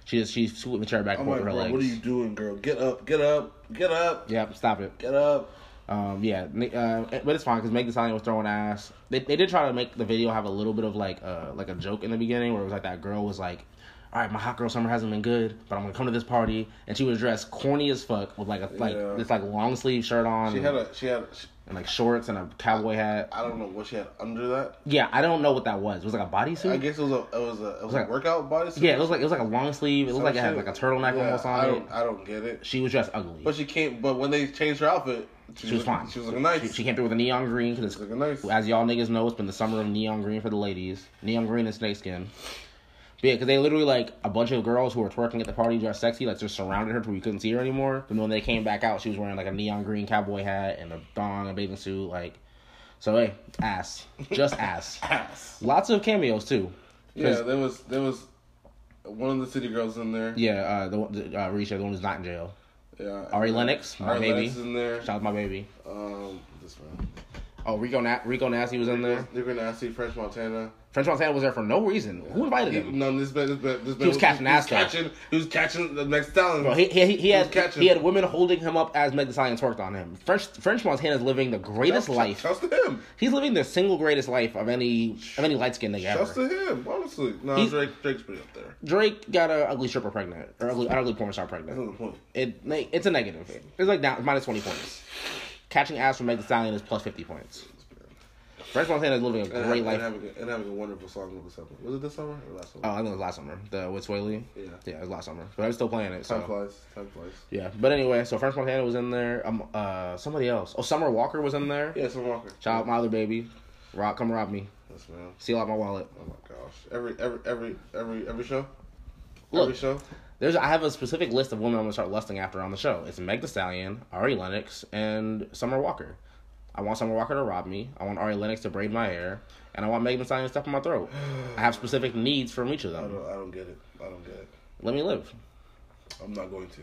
Speaker 1: She just she's scooting the chair back and
Speaker 2: I'm
Speaker 1: forth
Speaker 2: like,
Speaker 1: with her
Speaker 2: bro,
Speaker 1: legs.
Speaker 2: what are you doing, girl? Get up, get up, get up,
Speaker 1: Yep, stop it.
Speaker 2: get up.
Speaker 1: Um, yeah, Ni- uh, but it's fine because Meg Thee Stallion was throwing ass. They they did try to make the video have a little bit of like uh like a joke in the beginning where it was like that girl was like. All right, my hot girl summer hasn't been good, but I'm gonna come to this party, and she was dressed corny as fuck with like a like
Speaker 2: Yeah.
Speaker 1: this like long sleeve shirt on,
Speaker 2: She had a she had. She,
Speaker 1: and like shorts and a cowboy hat.
Speaker 2: I don't know what she had under that.
Speaker 1: Yeah, I don't know what that was. It was like a bodysuit.
Speaker 2: I guess it was a it was a it was a
Speaker 1: like-
Speaker 2: workout bodysuit.
Speaker 1: Yeah, it was like it was like a long sleeve. It looked like it had like a turtleneck
Speaker 2: Oh, Yeah,
Speaker 1: almost
Speaker 2: I
Speaker 1: on it.
Speaker 2: don't, I don't get it.
Speaker 1: She was dressed ugly.
Speaker 2: But she can't. But when they changed her outfit,
Speaker 1: she was
Speaker 2: look-
Speaker 1: fine.
Speaker 2: She was looking nice.
Speaker 1: She, she came through with a neon green
Speaker 2: She
Speaker 1: because
Speaker 2: was looking nice.
Speaker 1: as y'all niggas know, it's been the summer of neon green for the ladies. Neon green and snakeskin. But yeah, because they literally like a bunch of girls who were twerking at the party dressed sexy, like just surrounded her to where you couldn't see her anymore. But when they came back out, she was wearing like a neon green cowboy hat and a thong, a bathing suit, like. So hey, ass,
Speaker 2: *laughs*
Speaker 1: just ass.
Speaker 2: ass.
Speaker 1: Lots of cameos too. 'Cause-
Speaker 2: Yeah, there was there was one of the city girls in there.
Speaker 1: Yeah, uh, the, one- the uh, Risha, the one who's not in jail.
Speaker 2: Yeah.
Speaker 1: Ari Lennox, my
Speaker 2: Ari
Speaker 1: baby.
Speaker 2: Lennox is in there.
Speaker 1: Shout out to my baby.
Speaker 2: Um, this man.
Speaker 1: Oh, Rico Na- Rico Nasty was in there.
Speaker 2: They're gonna see French Montana.
Speaker 1: French Montana was there for no reason. Who invited
Speaker 2: He,
Speaker 1: him?
Speaker 2: no, this man, this man, this man
Speaker 1: was catching
Speaker 2: he was
Speaker 1: ass though.
Speaker 2: catching, he was catching the next talent.
Speaker 1: Bro, he, he, he,
Speaker 2: was
Speaker 1: had
Speaker 2: catching.
Speaker 1: he had women holding him up as Meg Thee Stallion twerked on him. French French Montana's living the greatest life.
Speaker 2: Shouts to him.
Speaker 1: He's living the single greatest life of any of any light skinned nigga
Speaker 2: Shouts
Speaker 1: ever.
Speaker 2: to him. Honestly, no,
Speaker 1: He's-
Speaker 2: Drake, Drake's pretty up there.
Speaker 1: Drake got a ugly stripper pregnant or ugly an ugly porn star
Speaker 2: That's
Speaker 1: pregnant.
Speaker 2: the point.
Speaker 1: It ne- it's a negative. It's like down minus twenty points. Catching ass from Meg Thee Stallion is plus fifty points. French Montana's living a
Speaker 2: And,
Speaker 1: great
Speaker 2: having, and,
Speaker 1: life.
Speaker 2: having a, and having a wonderful song over the summer. Was it this summer or last summer?
Speaker 1: Oh, I think it was last summer. The with Sway Lee.
Speaker 2: Yeah.
Speaker 1: Yeah, it was last summer. But I'm still playing it. So
Speaker 2: time flies. Time flies.
Speaker 1: yeah. But anyway, so French Montana was in there. Um, uh, somebody else. Oh, Summer Walker was in there.
Speaker 2: Yeah, Summer Walker.
Speaker 1: Shout out my other baby. Rock, come rob me.
Speaker 2: Yes, man.
Speaker 1: Seal out my wallet.
Speaker 2: Oh my gosh. Every every every every every show.
Speaker 1: Look.
Speaker 2: Every show.
Speaker 1: There's I have a specific list of women I'm gonna start lusting after on the show. It's Meg Thee Stallion, Ari Lennox, and Summer Walker. I want Summer Walker to rob me. I want Ari Lennox to braid my hair, and I want Meg Thee Stallion to step on my throat. I have specific needs from each of
Speaker 2: I
Speaker 1: them.
Speaker 2: don't I don't get it. I don't get it.
Speaker 1: Let me live.
Speaker 2: I'm not going to.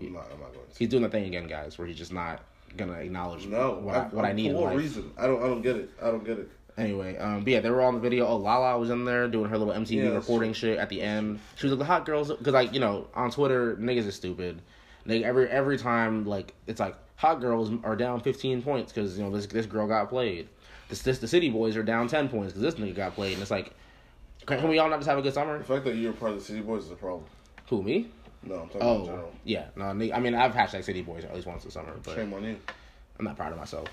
Speaker 2: I'm not. I'm not going to.
Speaker 1: He's doing the thing again, guys, where he's just not gonna acknowledge
Speaker 2: No.
Speaker 1: what I, what I need in
Speaker 2: For what
Speaker 1: life.
Speaker 2: reason? I don't. I don't get it. I don't get it.
Speaker 1: Anyway, um, but yeah, they were all in the video. Oh, Lala was in there doing her little MTV
Speaker 2: Yeah,
Speaker 1: recording shit at the end. She was like the hot girls, because like you know on Twitter niggas is stupid. Nigga, every every time like it's like hot girls are down fifteen points because you know this this girl got played. This this the city boys are down ten points because this nigga got played, and it's like can, can we all not just have a good summer?
Speaker 2: The fact that you're part of the City Boys is a problem.
Speaker 1: Who me?
Speaker 2: No, I'm talking in
Speaker 1: Oh
Speaker 2: general.
Speaker 1: yeah, no. Nigga, I mean I've hashtag city boys at least once this summer, but
Speaker 2: Shame on you.
Speaker 1: I'm not proud of myself.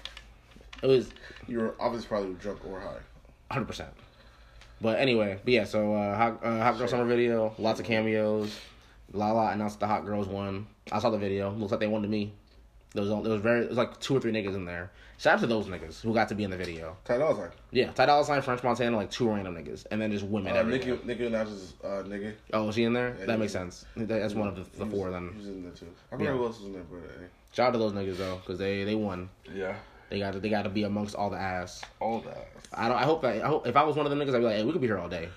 Speaker 1: It was
Speaker 2: You were obviously probably drunk or high.
Speaker 1: hundred percent. But anyway, but yeah, so uh, hot, uh, hot girl summer video, lots of cameos. Lala announced the Hot Girls won. I saw the video. Looks like they won to me. There was only, there was very there was like two or three niggas in there. Shout out to those niggas who got to be in the video.
Speaker 2: Ty Dolla Sign.
Speaker 1: Yeah, Ty Dolla Sign, French Montana, like two random niggas, and then just women.
Speaker 2: Uh,
Speaker 1: everywhere.
Speaker 2: Nicki, Nicki Minaj's uh, nigga.
Speaker 1: Oh, is she in there?
Speaker 2: Yeah,
Speaker 1: that
Speaker 2: he-
Speaker 1: makes sense. That's one of the, the
Speaker 2: He was-
Speaker 1: four.
Speaker 2: He
Speaker 1: Then
Speaker 2: was in there too. I forgot
Speaker 1: Yeah.
Speaker 2: who else was in there, but
Speaker 1: shout out to those niggas though, because they they won.
Speaker 2: uh, yeah,
Speaker 1: They got to, they got to be amongst all the ass.
Speaker 2: all that.
Speaker 1: I don't. I hope that I hope, if I was one of them niggas, I'd be like, hey, we could be here all day.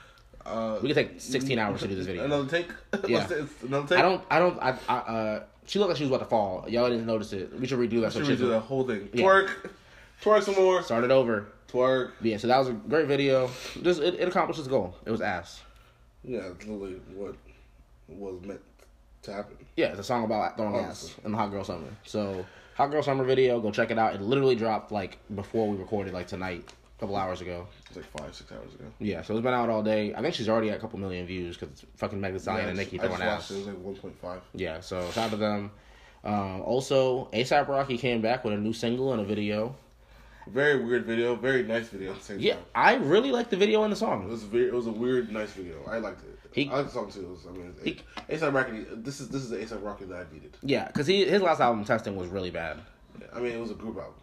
Speaker 2: Uh,
Speaker 1: We could take sixteen hours to do this video.
Speaker 2: Another take. *laughs*
Speaker 1: Yeah.
Speaker 2: What's this? Another take.
Speaker 1: I don't. I don't. I. I uh, she looked like she was about to fall. Y'all didn't notice it. We should redo that. So
Speaker 2: Should
Speaker 1: she
Speaker 2: we do that whole thing?
Speaker 1: Yeah.
Speaker 2: Twerk, twerk some more.
Speaker 1: Start it over.
Speaker 2: Twerk.
Speaker 1: But yeah. So that was a great video. Just it, it accomplished its goal. It was ass.
Speaker 2: Yeah, it's literally what was meant to happen.
Speaker 1: Yeah, it's a song about throwing
Speaker 2: Oh.
Speaker 1: ass in the Hot Girl Summer. So Hot Girl Summer video, go check it out. It literally dropped like before we recorded, like tonight, a couple hours ago.
Speaker 2: It's like five, six hours ago.
Speaker 1: Yeah, so it's been out all day. I think she's already at a couple million views because it's fucking Meg Thee Stallion
Speaker 2: Yeah,
Speaker 1: and
Speaker 2: I
Speaker 1: Nicki
Speaker 2: just- I
Speaker 1: throwing
Speaker 2: just
Speaker 1: ass.
Speaker 2: watched it. It was like one point five.
Speaker 1: Yeah, so shout out to them. Um, also, ASAP Rocky came back with a new single and a video.
Speaker 2: Very weird video. Very nice video. At the same
Speaker 1: Yeah,
Speaker 2: time.
Speaker 1: I really like the video and the
Speaker 2: It
Speaker 1: song.
Speaker 2: was very, it was a weird, nice video. I liked it.
Speaker 1: He-
Speaker 2: I liked the song too. It was, I mean,
Speaker 1: He-
Speaker 2: ASAP Rocky. This is this is the ASAP Rocky that I needed.
Speaker 1: Yeah, because he his last album testing was really bad.
Speaker 2: I mean, it was a group album.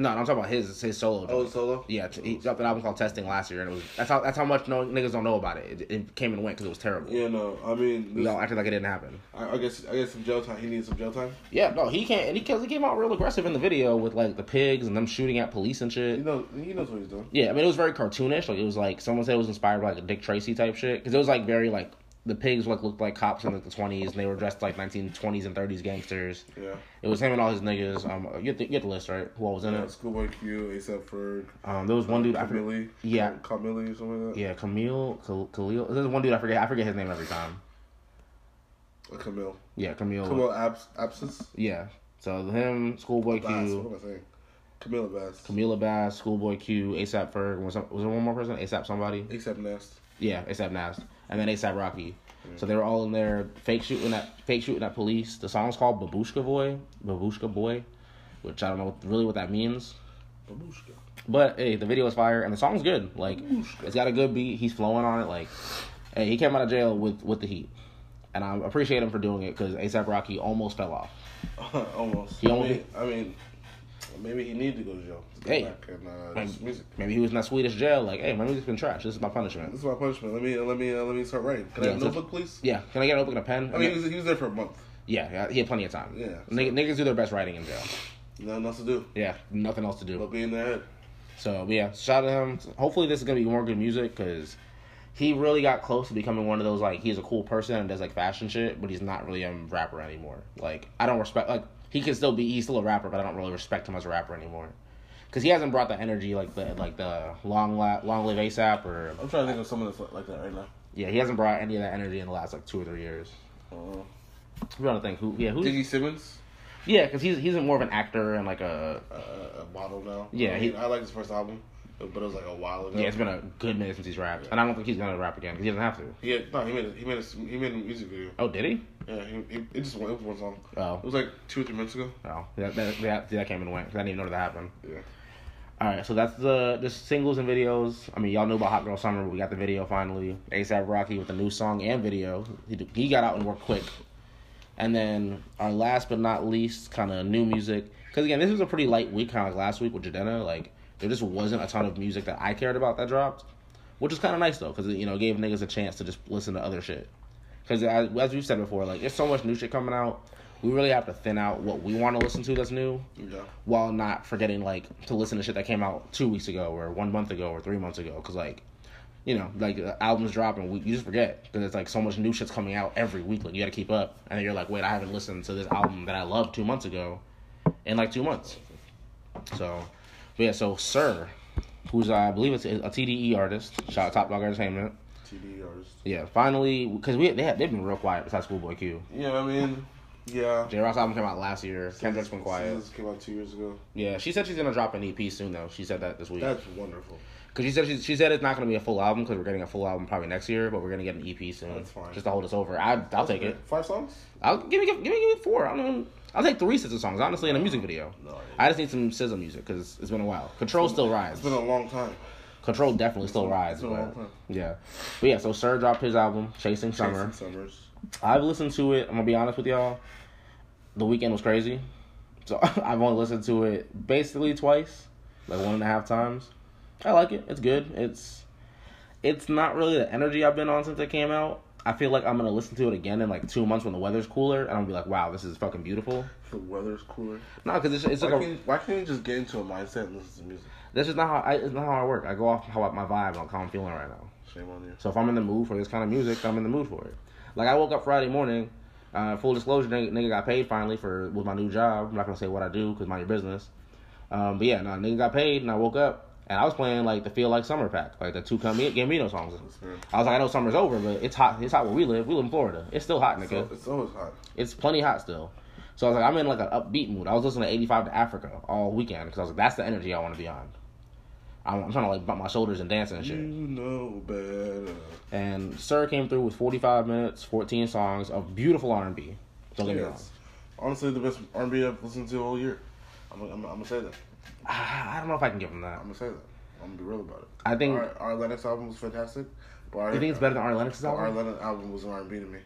Speaker 1: No, I'm talking about his his solo.
Speaker 2: Oh,
Speaker 1: joint.
Speaker 2: solo.
Speaker 1: Yeah, t- he
Speaker 2: It was-
Speaker 1: dropped an album called Testing last year, and it was that's how that's how much no niggas don't know about it. It, it came and went because it was terrible.
Speaker 2: yeah, no. I mean,
Speaker 1: We
Speaker 2: this,
Speaker 1: all acted like it didn't happen.
Speaker 2: I, I guess I guess some jail time. He needs some jail time.
Speaker 1: Yeah, no, he can't, and he, cause he came out real aggressive in the video with like the pigs and them shooting at police and shit.
Speaker 2: You know, he knows what he's doing.
Speaker 1: Yeah, I mean it was very cartoonish. Like it was like someone said it was inspired by like a Dick Tracy type shit because it was like very like the pigs like looked like cops in like the twenties and they were dressed like nineteen twenties and thirties gangsters.
Speaker 2: Yeah.
Speaker 1: It was him and all his niggas. Um, you get the, you get the list right. Who all was in
Speaker 2: Yeah,
Speaker 1: it?
Speaker 2: Schoolboy Q, ASAP Ferg,
Speaker 1: Um, there was one dude. I forget,
Speaker 2: Camille,
Speaker 1: yeah.
Speaker 2: Camille or something like that.
Speaker 1: yeah, Camille, Khal- Khalil. There's one dude I forget. I forget his name every time.
Speaker 2: Uh, Camille.
Speaker 1: Yeah, Camille.
Speaker 2: Camille abs- absence.
Speaker 1: Yeah. So him, Schoolboy
Speaker 2: Bass.
Speaker 1: Q,
Speaker 2: What am I saying? Camilla Bass.
Speaker 1: Camila Bass, Schoolboy Q, ASAP Ferg. Was, was there one more person? ASAP somebody.
Speaker 2: ASAP Nest.
Speaker 1: Yeah, ASAP Nas, and then ASAP Rocky. So they were all in there fake shooting at fake shooting at police. The song's called Babushka Boy, Babushka Boy, which I don't know really what that means.
Speaker 2: Babushka.
Speaker 1: But hey, the video is fire and the song's good. Like it's got a good beat. He's flowing on it. Like hey, he came out of jail with with the heat, and I appreciate him for doing it because ASAP Rocky almost fell off.
Speaker 2: *laughs* almost.
Speaker 1: He
Speaker 2: I
Speaker 1: only-
Speaker 2: mean, I mean, maybe he needed to go to jail. To go
Speaker 1: Hey.
Speaker 2: Back and, uh,
Speaker 1: Like,
Speaker 2: do some music.
Speaker 1: Maybe he was in that Swedish jail. Like hey, my music's been trash. This is my punishment.
Speaker 2: This is my punishment. Let me let me uh, let me start writing. Can
Speaker 1: Yeah,
Speaker 2: I have a
Speaker 1: so-
Speaker 2: notebook, please?
Speaker 1: Yeah, can I get an open a pen?
Speaker 2: I mean, he was, he was there for a month.
Speaker 1: yeah, yeah, he had plenty of time.
Speaker 2: Yeah.
Speaker 1: Nigg- niggas do their best writing in jail.
Speaker 2: Nothing else to do
Speaker 1: Yeah, nothing else to do.
Speaker 2: but be in the head.
Speaker 1: So yeah, shout out to him. Hopefully this is gonna be more good music because he really got close to becoming one of those like he's a cool person and does like fashion shit, but he's not really a rapper anymore. Like I don't respect like he can still be he's still a rapper, but I don't really respect him as a rapper anymore because he hasn't brought the energy like the like the long la- long live ASAP or
Speaker 2: I'm trying to think of someone that's like that right now.
Speaker 1: yeah he hasn't brought any of that energy in the last like two or three years.
Speaker 2: Uh,
Speaker 1: I'm trying to think who yeah who
Speaker 2: Diggy Simmons,
Speaker 1: yeah because he's he's more of an actor and like a
Speaker 2: uh, a model now.
Speaker 1: Yeah,
Speaker 2: I,
Speaker 1: he-
Speaker 2: mean, I like his first album, but it was like a while ago.
Speaker 1: yeah it's been a good minute since he's rapped and I don't think he's gonna rap again because he doesn't have to.
Speaker 2: He had, no, he made a, he made a, he made a music video.
Speaker 1: Oh did he?
Speaker 2: Yeah, he, he, it just went, it was one song.
Speaker 1: Oh.
Speaker 2: It was like two or three minutes ago.
Speaker 1: Oh, that that, that, that came and went. 'cause I didn't even know that happened.
Speaker 2: Yeah.
Speaker 1: All right, so that's the just singles and videos. I mean, y'all knew about Hot Girl Summer, but we got the video finally. ASAP Rocky with a new song and video. He d- he got out and worked quick. And then our last but not least, kind of new music. Because again, this was a pretty light week, kind of like last week with Jadena. Like there just wasn't a ton of music that I cared about that dropped, which is kind of nice though, because you know it gave niggas a chance to just listen to other shit. Because as, as we've said before, like there's so much new shit coming out, we really have to thin out what we want to listen to that's new
Speaker 2: Yeah.
Speaker 1: while not forgetting like to listen to shit that came out two weeks ago or one month ago or three months ago because like you know like the albums dropping we, you just forget because it's like so much new shit's coming out every week like you gotta keep up and then you're like wait i haven't listened to this album that i loved two months ago in like two months so but yeah so sir who's uh, i believe it's a tde artist shout out top dog entertainment
Speaker 2: TD artist.
Speaker 1: yeah finally because we they had, they've been real quiet besides schoolboy q
Speaker 2: Yeah, I mean, yeah.
Speaker 1: j rock's album came out last year kendrick's been quiet
Speaker 2: This came out two years ago.
Speaker 1: yeah she said she's gonna drop an ep soon though she said that this week
Speaker 2: That's wonderful.
Speaker 1: Because she said she, she said it's not going to be a full album because we're getting a full album probably next year, but we're going to get an EP soon.
Speaker 2: That's fine.
Speaker 1: Just to hold us over. I, I'll take it.
Speaker 2: Five songs?
Speaker 1: I'll give me give, me give me four. I don't. Even, I'll take three SZA songs honestly in a music video.
Speaker 2: No.
Speaker 1: I just need some SZA music because it's been a while. Control still rides.
Speaker 2: It's been a long time.
Speaker 1: Control definitely still rides.
Speaker 2: been a long
Speaker 1: But,
Speaker 2: time.
Speaker 1: yeah, but yeah. So Sir dropped his album Chasing Summer.
Speaker 2: Jason Summers.
Speaker 1: I've listened to it. I'm gonna be honest with y'all. The weekend was crazy, so *laughs* I've only listened to it basically twice, like one and a half times. I like it. It's good. It's it's not really the energy I've been on since it came out. I feel like I'm gonna listen to it again in like two months when the weather's cooler, and I'll be like, "Wow, this is fucking beautiful."
Speaker 2: The weather's cooler.
Speaker 1: No, because it's, it's
Speaker 2: Why
Speaker 1: like a,
Speaker 2: can't, why can't you just get into a mindset and listen to music?
Speaker 1: that's just not how I, it's not how I work. I go off how my vibe, like how I'm feeling right now.
Speaker 2: Shame on you.
Speaker 1: So if I'm in the mood for this kind of music, I'm in the mood for it. Like I woke up Friday morning. Uh, full disclosure, nigga, nigga got paid finally for with my new job. I'm not gonna say what I do because mind your business. Um, but yeah, no, nigga got paid, and I woke up and I was playing like the Feel Like Summer pack, like the two Come Gambino songs.
Speaker 2: Sure.
Speaker 1: I was like, I know summer's over, but it's hot. It's hot where we live. We live in Florida. It's still hot, nigga.
Speaker 2: So, it's always hot.
Speaker 1: It's plenty hot still. So I was like, I'm in like an upbeat mood. I was listening to 85 to Africa all weekend because I was like, that's the energy I want to be on. I'm, I'm trying to like bump my shoulders and dance and
Speaker 2: You
Speaker 1: shit.
Speaker 2: know better.
Speaker 1: And Sir came through with 45 minutes, 14 songs of beautiful R&B. Don't get me wrong.
Speaker 2: Yes. Honestly, the best R&B I've listened to all year. I'm, I'm, I'm gonna say that.
Speaker 1: Ah, I I don't know if I can give him
Speaker 2: I'm
Speaker 1: that.
Speaker 2: gonna say that. I'm gonna be real about it.
Speaker 1: I think
Speaker 2: Our, our Lennox album was fantastic. But our,
Speaker 1: you think it's better than Ari Lennox's
Speaker 2: Our,
Speaker 1: album.
Speaker 2: Lennox album was an R&B to me.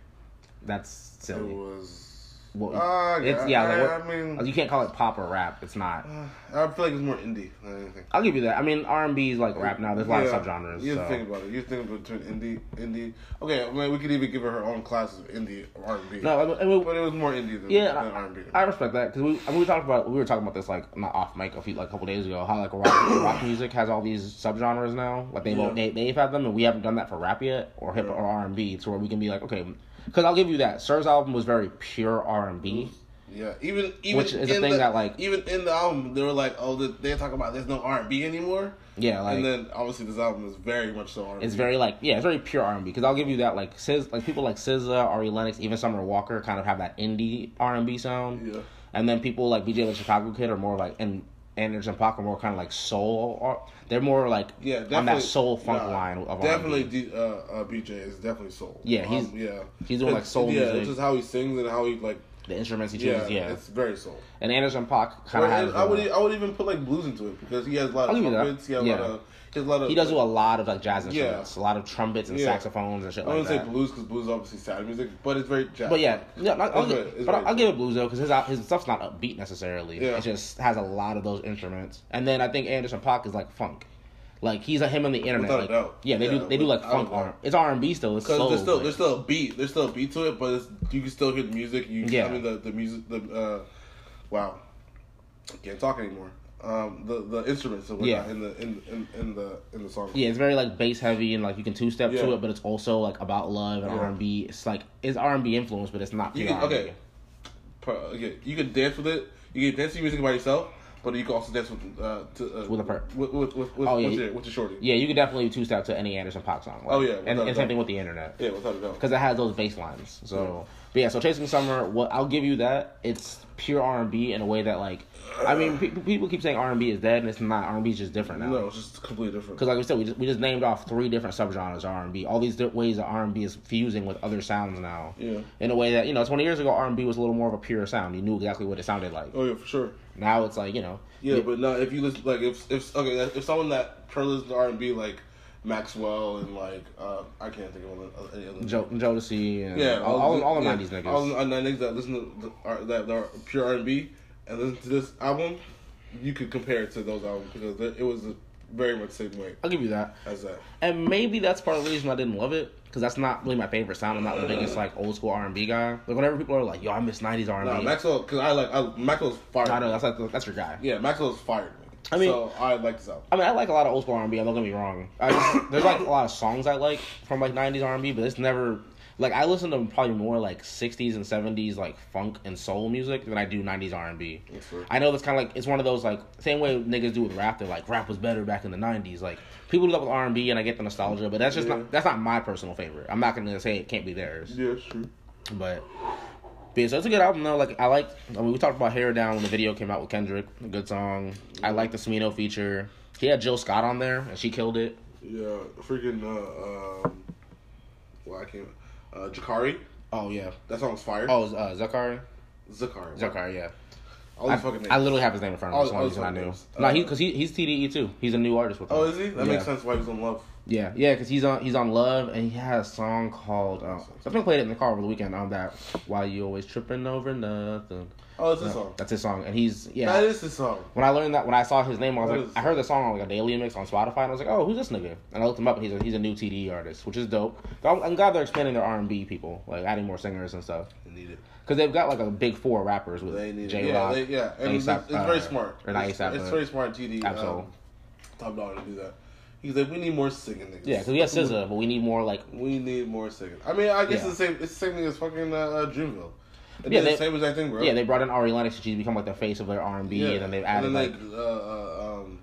Speaker 1: That's
Speaker 2: It
Speaker 1: silly.
Speaker 2: was.
Speaker 1: Well,
Speaker 2: Ah,
Speaker 1: it's- yeah,
Speaker 2: yeah. I,
Speaker 1: like,
Speaker 2: I mean,
Speaker 1: You can't call it pop or rap. It's not.
Speaker 2: uh, I feel like it's more indie than anything.
Speaker 1: I'll give you that. I mean, R&B is like rap now. There's a lot of subgenres.
Speaker 2: You
Speaker 1: so.
Speaker 2: think about it. You think about between indie, indie. Okay, I mean, we could even give her her own class of indie R and B.
Speaker 1: no, I mean- I mean,
Speaker 2: but it was more indie than,
Speaker 1: Yeah,
Speaker 2: than
Speaker 1: I-
Speaker 2: R and B.
Speaker 1: I respect that because we I mean, we talked about we were talking about this like not off mic a few like a couple days ago how like rock, *coughs* rock music has all these subgenres now like they both
Speaker 2: Yeah.
Speaker 1: they they've had them and we haven't done that for rap yet or hip
Speaker 2: Yeah.
Speaker 1: or R and B to where we can be like okay because I'll give you that Sir's album was very pure R and B
Speaker 2: Mm-hmm. Yeah, even even
Speaker 1: Which is a
Speaker 2: in
Speaker 1: thing
Speaker 2: the,
Speaker 1: that, like-
Speaker 2: even in the album they were like, oh, the, they talk about there's no R and B anymore.
Speaker 1: yeah like
Speaker 2: and then obviously this album is very much so R and B.
Speaker 1: it's very like yeah it's very pure R and B because I'll give you that like Sis like people like SZA Ari Lennox even Summer Walker kind of have that indie R and B sound
Speaker 2: yeah.
Speaker 1: And then people like BJ the Chicago Kid are more like and Anderson Paak are more kind of like soul. Or, they're more like
Speaker 2: Yeah, definitely.
Speaker 1: on that soul funk
Speaker 2: nah,
Speaker 1: line of R&B.
Speaker 2: Definitely, D, uh, uh, BJ is definitely soul.
Speaker 1: Yeah, he's-
Speaker 2: um, yeah,
Speaker 1: he's doing, like, soul
Speaker 2: yeah,
Speaker 1: music.
Speaker 2: it's just how he sings and how he like.
Speaker 1: the instruments he
Speaker 2: Yeah,
Speaker 1: chooses. Yeah,
Speaker 2: it's very soul.
Speaker 1: and Anderson Paak kind
Speaker 2: Or
Speaker 1: of has.
Speaker 2: it- I would e,
Speaker 1: the-
Speaker 2: I would even put like blues into it because he has a lot
Speaker 1: I'll
Speaker 2: of
Speaker 1: give you that.
Speaker 2: trumpets. He has
Speaker 1: Yeah.
Speaker 2: a lot of he has a lot of.
Speaker 1: he does do
Speaker 2: like,
Speaker 1: a lot of like jazz instruments, a lot of trumpets and
Speaker 2: Yeah.
Speaker 1: saxophones and shit
Speaker 2: I wouldn't
Speaker 1: like that.
Speaker 2: say blues because blues is obviously sad music, but it's very jazz.
Speaker 1: But yeah, yeah, I'll, I'll,
Speaker 2: It's
Speaker 1: give-
Speaker 2: very- it's
Speaker 1: but I'll,
Speaker 2: very
Speaker 1: I'll give it blues though, because his al- his stuff's not upbeat necessarily.
Speaker 2: Yeah.
Speaker 1: It just has a lot of those instruments, and then I think Anderson Paak is like funk, like he's a him on the internet.
Speaker 2: Without a
Speaker 1: like,
Speaker 2: doubt.
Speaker 1: Yeah, they do
Speaker 2: Yeah,
Speaker 1: they do like
Speaker 2: without a
Speaker 1: funk
Speaker 2: doubt.
Speaker 1: R. It's R and B still. It's soul.
Speaker 2: Because there's still
Speaker 1: but-
Speaker 2: there's still a beat there's still a beat to it, but it's, you can still hear the music. You
Speaker 1: Yeah.
Speaker 2: I mean the the music the uh, wow, I can't talk anymore. Um, the the instruments and whatnot
Speaker 1: Yeah.
Speaker 2: in the in, in in the in the song.
Speaker 1: Yeah, it's very like bass heavy and like you can two step to
Speaker 2: Yeah.
Speaker 1: it, but it's also like about love and
Speaker 2: Yeah.
Speaker 1: R and B. It's like it's R and B influence, but it's not
Speaker 2: You
Speaker 1: pure
Speaker 2: can,
Speaker 1: R&B.
Speaker 2: okay, Pro- okay, you can dance with it. You can dance to music by yourself, but you can also dance with uh, to, uh,
Speaker 1: With a per-
Speaker 2: with with with, with,
Speaker 1: Oh, yeah.
Speaker 2: with, your, with your shorty.
Speaker 1: Yeah, you can definitely two step to any Anderson Paak song. like,
Speaker 2: Oh, yeah,
Speaker 1: and,
Speaker 2: without
Speaker 1: and
Speaker 2: a
Speaker 1: same
Speaker 2: doubt.
Speaker 1: thing with the internet
Speaker 2: Yeah, without a doubt.
Speaker 1: because it has those bass lines. So, but yeah, so Chasing Summer, what I'll give you that it's pure R and B in a way that like, I mean, pe- people keep saying R and B is dead, and it's not. R and B is just different now.
Speaker 2: No, it's just completely different.
Speaker 1: Because like we said, we just, we just named off three different subgenres of R and B. All these di- ways that R and B is fusing with other sounds now.
Speaker 2: Yeah.
Speaker 1: In a way that you know, twenty years ago, R and B was a little more of a pure sound. You knew exactly what it sounded like.
Speaker 2: Oh yeah, for sure.
Speaker 1: Now it's like you know.
Speaker 2: Yeah, but no, if you listen, like if if okay, that- if someone that pure listens to R and B like Maxwell and like uh, I can't think of all the- any other.
Speaker 1: Jo- Jodeci and
Speaker 2: yeah,
Speaker 1: all, all, all the
Speaker 2: yeah,
Speaker 1: nineties niggas.
Speaker 2: All the nineties that listen to the, R- that the pure R and B and listen to this album, you could compare it to those albums because it it was very much the same way
Speaker 1: I'll give you that,
Speaker 2: as that.
Speaker 1: and maybe that's part of the reason I didn't love it because that's not really my favorite sound. I'm not the biggest like old school R and B guy. Like whenever people are like, "Yo, I miss nineties R
Speaker 2: Nah,
Speaker 1: and B,"
Speaker 2: Maxwell, because I like I, Maxwell's fired.
Speaker 1: I know that's like, that's your guy.
Speaker 2: Yeah, Maxwell's fired. Me.
Speaker 1: I mean-
Speaker 2: so I like this album.
Speaker 1: I mean, I like a lot of old school R and B. I'm not gonna be wrong. I just, *coughs* there's like a lot of songs I like from like '90s R and B, but it's never like I listen to probably more like '60s and '70s like funk and soul music than I do '90s R and B.
Speaker 2: Yes, sir.
Speaker 1: I know that's kind of like it's one of those like same way niggas do with rap. They're like rap was better back in the '90s. Like people do that with R and B, and I get the nostalgia, but that's just
Speaker 2: Yeah.
Speaker 1: not that's not my personal favorite. I'm not gonna say it can't be theirs,
Speaker 2: Yeah, sure.
Speaker 1: but. but yeah, so it's a good album though. Like I like, I mean, we talked about "Hair Down" when the video came out with Kendrick. A good song. I like the Smino feature. He had Jill Scott on there, and she killed it.
Speaker 2: Yeah, freaking uh, um, well I can't. Uh, Jakari,
Speaker 1: Oh yeah.
Speaker 2: that song's fire.
Speaker 1: Oh, it was, uh, Zakari.
Speaker 2: Zakari.
Speaker 1: Zakari, yeah.
Speaker 2: All
Speaker 1: I,
Speaker 2: these fucking Oh, names.
Speaker 1: I literally have his name in front of
Speaker 2: All-
Speaker 1: me. That's the
Speaker 2: all
Speaker 1: only
Speaker 2: these
Speaker 1: reason I knew.
Speaker 2: fucking names.
Speaker 1: No,
Speaker 2: Uh,
Speaker 1: he because he E, he's TDE too. He's a new artist with.
Speaker 2: oh,
Speaker 1: us.
Speaker 2: is he? That
Speaker 1: Yeah.
Speaker 2: makes sense why he was in love.
Speaker 1: Yeah, yeah, because he's on he's on Love, and he had a song called. Uh, something played it in the car over the weekend on that. Why you always tripping over nothing?
Speaker 2: Oh, it's
Speaker 1: No,
Speaker 2: this song.
Speaker 1: That's his song, and he's yeah.
Speaker 2: That is this song.
Speaker 1: when I learned that, when I saw his name, I was
Speaker 2: That
Speaker 1: like,
Speaker 2: is-
Speaker 1: I heard the song on like a daily mix on Spotify, and I was like, oh, who's this nigga? And I looked him up, and he's a, he's a new TDE artist, which is dope. So I'm, I'm glad they're expanding their R and B people, like adding more singers and stuff,
Speaker 2: They need it.
Speaker 1: because they've got like a big four rappers with
Speaker 2: They need it.
Speaker 1: J
Speaker 2: Yeah,
Speaker 1: Rock,
Speaker 2: they- yeah. And it's,
Speaker 1: ASAP,
Speaker 2: it's very
Speaker 1: uh,
Speaker 2: smart.
Speaker 1: or not
Speaker 2: it's,
Speaker 1: ASAP,
Speaker 2: it's
Speaker 1: but-
Speaker 2: very smart, GD.
Speaker 1: Absolo.
Speaker 2: Um, top dollar to do that. He's like, we need more singing niggas.
Speaker 1: yeah, because we have SZA, but we need more like
Speaker 2: We need more singing. I mean, I guess
Speaker 1: Yeah.
Speaker 2: it's the same. It's the same thing as fucking uh, uh, Dreamville. It
Speaker 1: Yeah,
Speaker 2: yeah,
Speaker 1: they-
Speaker 2: the same exact thing, bro.
Speaker 1: yeah. They brought in Ari Lennox, and she's become like the face of their R and B, and then they've added
Speaker 2: And then,
Speaker 1: like
Speaker 2: like, uh, uh, um,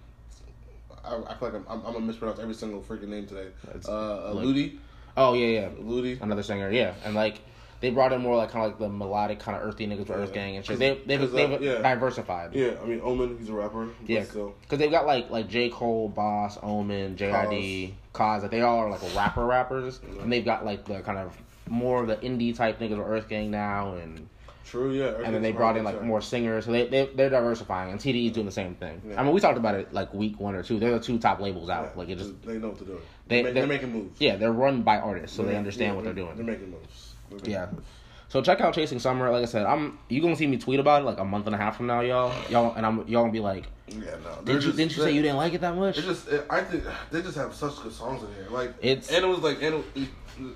Speaker 2: I, I feel like I'm, I'm, I'm gonna mispronounce every single freaking name today.
Speaker 1: That's-
Speaker 2: Uh, uh,
Speaker 1: look.
Speaker 2: Ludi,
Speaker 1: oh yeah yeah
Speaker 2: Ludi.
Speaker 1: another singer, yeah, and like they brought in more like kind of like the melodic kind of earthy niggas with Earth
Speaker 2: Yeah.
Speaker 1: Gang and shit. They they've
Speaker 2: 'Cause, uh,
Speaker 1: they've
Speaker 2: yeah.
Speaker 1: diversified.
Speaker 2: Yeah, I mean Omen. He's a rapper. but
Speaker 1: Yeah,
Speaker 2: still.
Speaker 1: because they've got like like J Cole, Boss, Omen, JID, Cause. Like they all are like rapper rappers, and they've got like the kind of more of the indie type niggas with Earth Gang now, and
Speaker 2: True. Yeah.
Speaker 1: and then they brought in like more singers. So they, they they're diversifying, and TDE's doing the same thing.
Speaker 2: Yeah.
Speaker 1: I mean, we talked about it like week one or two. They're the two top labels
Speaker 2: Yeah,
Speaker 1: out. Like it just
Speaker 2: they know what they're doing.
Speaker 1: They-
Speaker 2: They, they,
Speaker 1: they-
Speaker 2: are making moves.
Speaker 1: yeah, they're run by artists, so they
Speaker 2: They're-
Speaker 1: understand
Speaker 2: yeah,
Speaker 1: what they're doing.
Speaker 2: They're making moves. They're making
Speaker 1: Yeah.
Speaker 2: moves.
Speaker 1: So check out Chasing Summer. Like I said, I'm you gonna see me tweet about it like a month and a half from now, y'all. Y'all and I'm y'all gonna be like,
Speaker 2: Yeah. No. they're
Speaker 1: didn't you,
Speaker 2: just-
Speaker 1: didn't you
Speaker 2: they-
Speaker 1: say you didn't like it that much?
Speaker 2: It's just it, I think *sighs* they just have such good songs in here. Like
Speaker 1: It's-
Speaker 2: and it was like and it,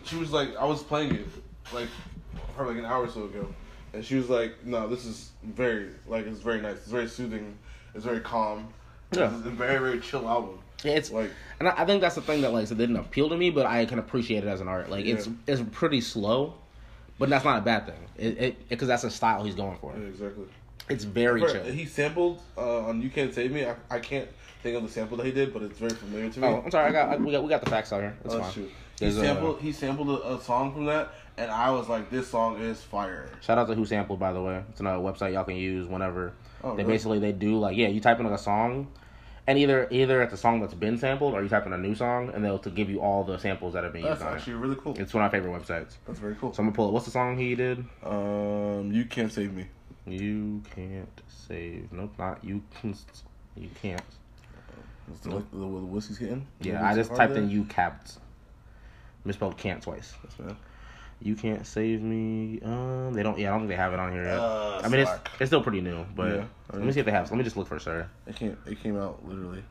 Speaker 2: she was like I was playing it like probably like an hour or so ago, and she was like, "No, this is very like it's very nice. It's very soothing. It's very calm.
Speaker 1: Yeah.
Speaker 2: It's a very very chill album.
Speaker 1: Yeah, it's
Speaker 2: Like-
Speaker 1: and I, I think that's the thing that like so didn't appeal to me, but I can appreciate it as an art. Like it's it's pretty slow, but that's not a bad thing. It it because that's the style he's going for.
Speaker 2: Yeah, exactly.
Speaker 1: It's very
Speaker 2: Bro,
Speaker 1: chill.
Speaker 2: He sampled uh, on "You Can't Save Me." I, I can't think of the sample that he did, but it's very familiar to me.
Speaker 1: Oh, I'm sorry. I got I, we got we got the facts out here. It's
Speaker 2: Oh,
Speaker 1: fine.
Speaker 2: shoot. He
Speaker 1: There's a-
Speaker 2: sampled he sampled a, a song from that, and I was like, "This song is fire."
Speaker 1: Shout out to Who Sampled, by the way. It's another website y'all can use whenever.
Speaker 2: Oh,
Speaker 1: they
Speaker 2: really?
Speaker 1: basically they do like yeah, you type in like a song, and either either it's a song that's been sampled or you type in a new song, and they'll to give you all the samples that have been
Speaker 2: That's
Speaker 1: used on
Speaker 2: actually really cool.
Speaker 1: it. It's one of my favorite websites.
Speaker 2: That's very cool.
Speaker 1: So I'm gonna pull it. What's the song he did?
Speaker 2: Um, you can't save me.
Speaker 1: You can't save. Nope, not you *laughs* can. You can't.
Speaker 2: Is the, the, the whiskey's hitting?
Speaker 1: Yeah, I just typed in you capped. Misspelled can't twice.
Speaker 2: Yes, man.
Speaker 1: You can't save me. Um, they don't. Yeah, I don't think they have it on here yet.
Speaker 2: Uh,
Speaker 1: I mean, it's,
Speaker 2: slack.
Speaker 1: it's still pretty new, but
Speaker 2: Yeah, I
Speaker 1: let me see if they have. Let me just look for sure.
Speaker 2: It came. It came out literally.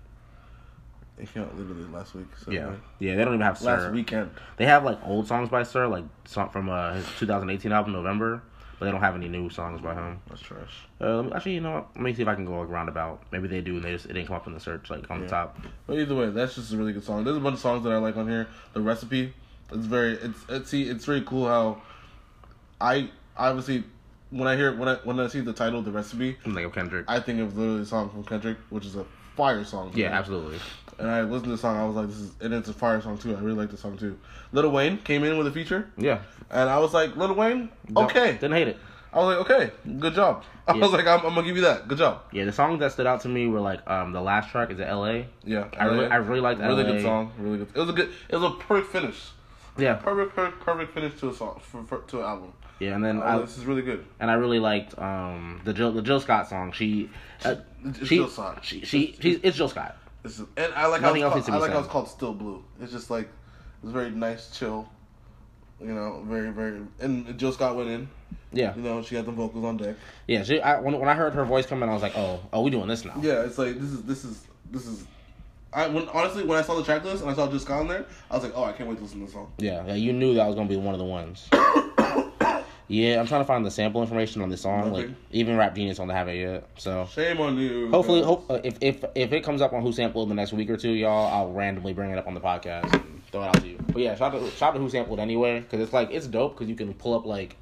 Speaker 2: It came out literally last week. So
Speaker 1: Yeah, yeah, they don't even have Sir.
Speaker 2: Last weekend.
Speaker 1: They have like old songs by Sir, like some from uh, his 2018 album November, but they don't have any new songs by him.
Speaker 2: That's trash.
Speaker 1: Uh, let me, actually, you know what? Let me see if I can go like roundabout. Maybe they do, and they just it didn't come up in the search like on the
Speaker 2: Yeah.
Speaker 1: top.
Speaker 2: But either way, that's just a really good song. There's a bunch of songs that I like on here. The recipe, it's very, it's, it's see, it's very cool how, I obviously, when I hear when I when I see the title, the recipe,
Speaker 1: I'm like, oh, Kendrick.
Speaker 2: I think of literally a song from Kendrick, which is a fire song. to
Speaker 1: yeah,
Speaker 2: me.
Speaker 1: absolutely.
Speaker 2: And I listened to the song. I was like, "This is," and it's a fire song too. I really like the song too. Little Wayne came in with a feature,
Speaker 1: Yeah.
Speaker 2: and I was like, "Little Wayne,
Speaker 1: Don't-
Speaker 2: okay."
Speaker 1: Didn't hate it.
Speaker 2: I was like, "Okay, good job." *laughs* I
Speaker 1: Yeah.
Speaker 2: was like, I'm, "I'm gonna give you that. Good job."
Speaker 1: Yeah, the songs that stood out to me were like um the last track is it L.A.
Speaker 2: Yeah,
Speaker 1: I really- I really liked
Speaker 2: Really
Speaker 1: LA.
Speaker 2: good song. Really good. It was a good. It was a perfect finish.
Speaker 1: Yeah,
Speaker 2: Perfect, perfect, perfect finish to a song for, for, to an album.
Speaker 1: yeah, and then
Speaker 2: I was
Speaker 1: I
Speaker 2: like, this is really good.
Speaker 1: and I really liked um the Jill the Jill Scott song. She, uh,
Speaker 2: It's
Speaker 1: she,
Speaker 2: Jill Scott.
Speaker 1: she she she it's Jill Scott.
Speaker 2: This is, and I like how
Speaker 1: Nothing else
Speaker 2: it's called,
Speaker 1: needs to
Speaker 2: I
Speaker 1: be
Speaker 2: like how
Speaker 1: said.
Speaker 2: it's called Still Blue. It's just like it's very nice, chill. You know, very, very. And Jill Scott went in.
Speaker 1: Yeah,
Speaker 2: You know, she had the vocals on deck.
Speaker 1: yeah. She, I, when when I heard her voice come in, I was like, oh, oh, we doing this now.
Speaker 2: Yeah, it's like this is this is this is. I when honestly when I saw the track list and I saw Jill Scott on there, I was like, oh, I can't wait to listen to this song.
Speaker 1: Yeah, yeah, you knew that was gonna be one of the ones. *coughs* yeah, I'm trying to find the sample information on the song. Like,
Speaker 2: Nothing.
Speaker 1: even Rap Genius don't have it yet. So
Speaker 2: Shame on you.
Speaker 1: hopefully,
Speaker 2: guys.
Speaker 1: hope uh, if if if it comes up on Who Sampled the next week or two, y'all, I'll randomly bring it up on the podcast and throw it out to you. But yeah, shout out to, shout out to Who Sampled anyway, because it's like it's dope because you can pull up like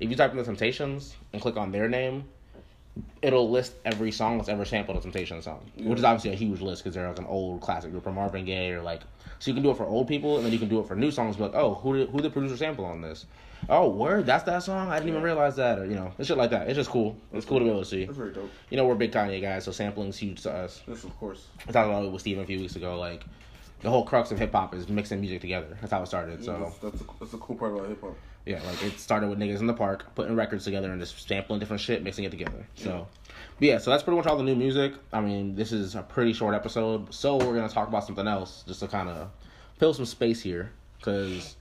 Speaker 1: if you type in the Temptations and click on their name. It'll list every song that's ever sampled a Temptations song, which is obviously a huge list because they're like an old classic group or Marvin Gaye or like. So you can do it for old people, and then you can do it for new songs. Like, oh, who did, who the producer sample on this? Oh, word, that's that song. I didn't even realize that, or you know, it's shit like that. It's just cool. It's cool to be able to see
Speaker 2: that's very dope.
Speaker 1: you know, we're big Kanye guys, so sampling's huge to us.
Speaker 2: This of course.
Speaker 1: I talked about it with Steven a few weeks ago. Like, the whole crux of hip hop is mixing music together. That's how it started. So,
Speaker 2: That's, that's, a, that's a cool part about hip hop.
Speaker 1: yeah, like, it started with niggas in the park, putting records together and just sampling different shit, mixing it together. So, but yeah, so that's pretty much all the new music. I mean, this is a pretty short episode, so we're going to talk about something else just to kind of fill some space here because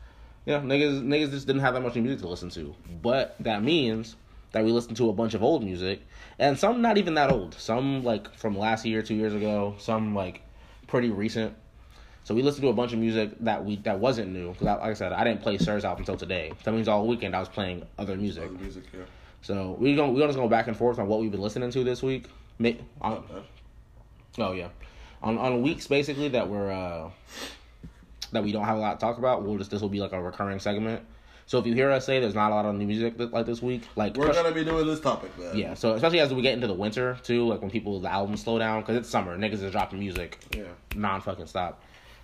Speaker 1: you know niggas niggas just didn't have that much new music to listen to. But that means that we listen to a bunch of old music and some not even that old. Some like from last year, two years ago. Some like pretty recent. So we listened to a bunch of music that we that wasn't new. 'Cause I, like I said, I didn't play Sir's album until today. That means all weekend I was playing other music.
Speaker 2: Other music here.
Speaker 1: So we going we gonna just go back and forth on what we've been listening to this week. uh, Ma- on-
Speaker 2: Not bad.
Speaker 1: Oh yeah, on on weeks basically that we're uh that we don't have a lot to talk about. We'll just this will be like a recurring segment. So if you hear us say there's not a lot of new music th- like this week, like
Speaker 2: We're gonna be doing this topic, man.
Speaker 1: yeah. So especially as we get into the winter too, like when people the albums slow down because it's summer, niggas is dropping music
Speaker 2: Yeah.
Speaker 1: non fucking stop.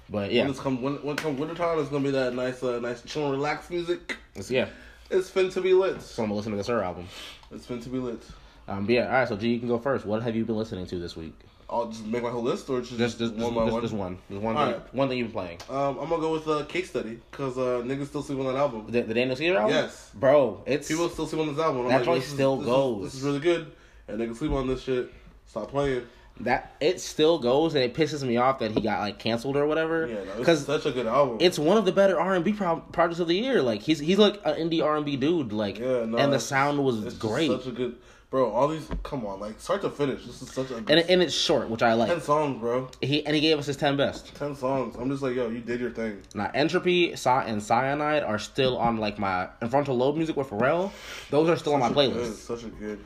Speaker 1: But
Speaker 2: When
Speaker 1: yeah,
Speaker 2: it's come when, when it comes wintertime, it's gonna be that nice, uh, nice chill and relax music.
Speaker 1: it's, yeah.
Speaker 2: It's fin to be lit.
Speaker 1: So I'm gonna listen to this her album.
Speaker 2: It's fin to be lit.
Speaker 1: Um, but yeah, all right. So G, you can go first. What have you been listening to this week?
Speaker 2: I'll just make my whole list, or just,
Speaker 1: Just, just,
Speaker 2: one by
Speaker 1: just,
Speaker 2: one.
Speaker 1: just one. Just one.
Speaker 2: All
Speaker 1: Thing,
Speaker 2: right.
Speaker 1: One thing you've been playing.
Speaker 2: Um, I'm gonna go with uh, case study because uh, niggas still sleep on that album.
Speaker 1: The, the Daniel Caesar album.
Speaker 2: Yes.
Speaker 1: bro. It's
Speaker 2: People still sleep on this album. I'm
Speaker 1: That joint
Speaker 2: this is-
Speaker 1: still
Speaker 2: this is-
Speaker 1: goes.
Speaker 2: this is really good, and niggas sleep on this shit. Stop playing.
Speaker 1: that it still goes and it pisses me off that he got like canceled or whatever
Speaker 2: Yeah, no, it's
Speaker 1: because
Speaker 2: such a good album.
Speaker 1: it's one of the better r&b pro- projects of the year like he's he's like an indie r&b dude like
Speaker 2: Yeah, no,
Speaker 1: and the
Speaker 2: it's-
Speaker 1: sound was
Speaker 2: It's just
Speaker 1: great
Speaker 2: Such a good, bro. All these, come on, like start to finish. This is such a
Speaker 1: and, it- and it's short which i
Speaker 2: ten
Speaker 1: like
Speaker 2: songs, bro.
Speaker 1: he and he gave us his 10 best
Speaker 2: Ten songs. I'm just like, yo, you did your thing.
Speaker 1: now entropy Cy- and cyanide are still on like my and frontal lobe music with pharrell those are still on my
Speaker 2: Such a good-
Speaker 1: playlist
Speaker 2: Such a good.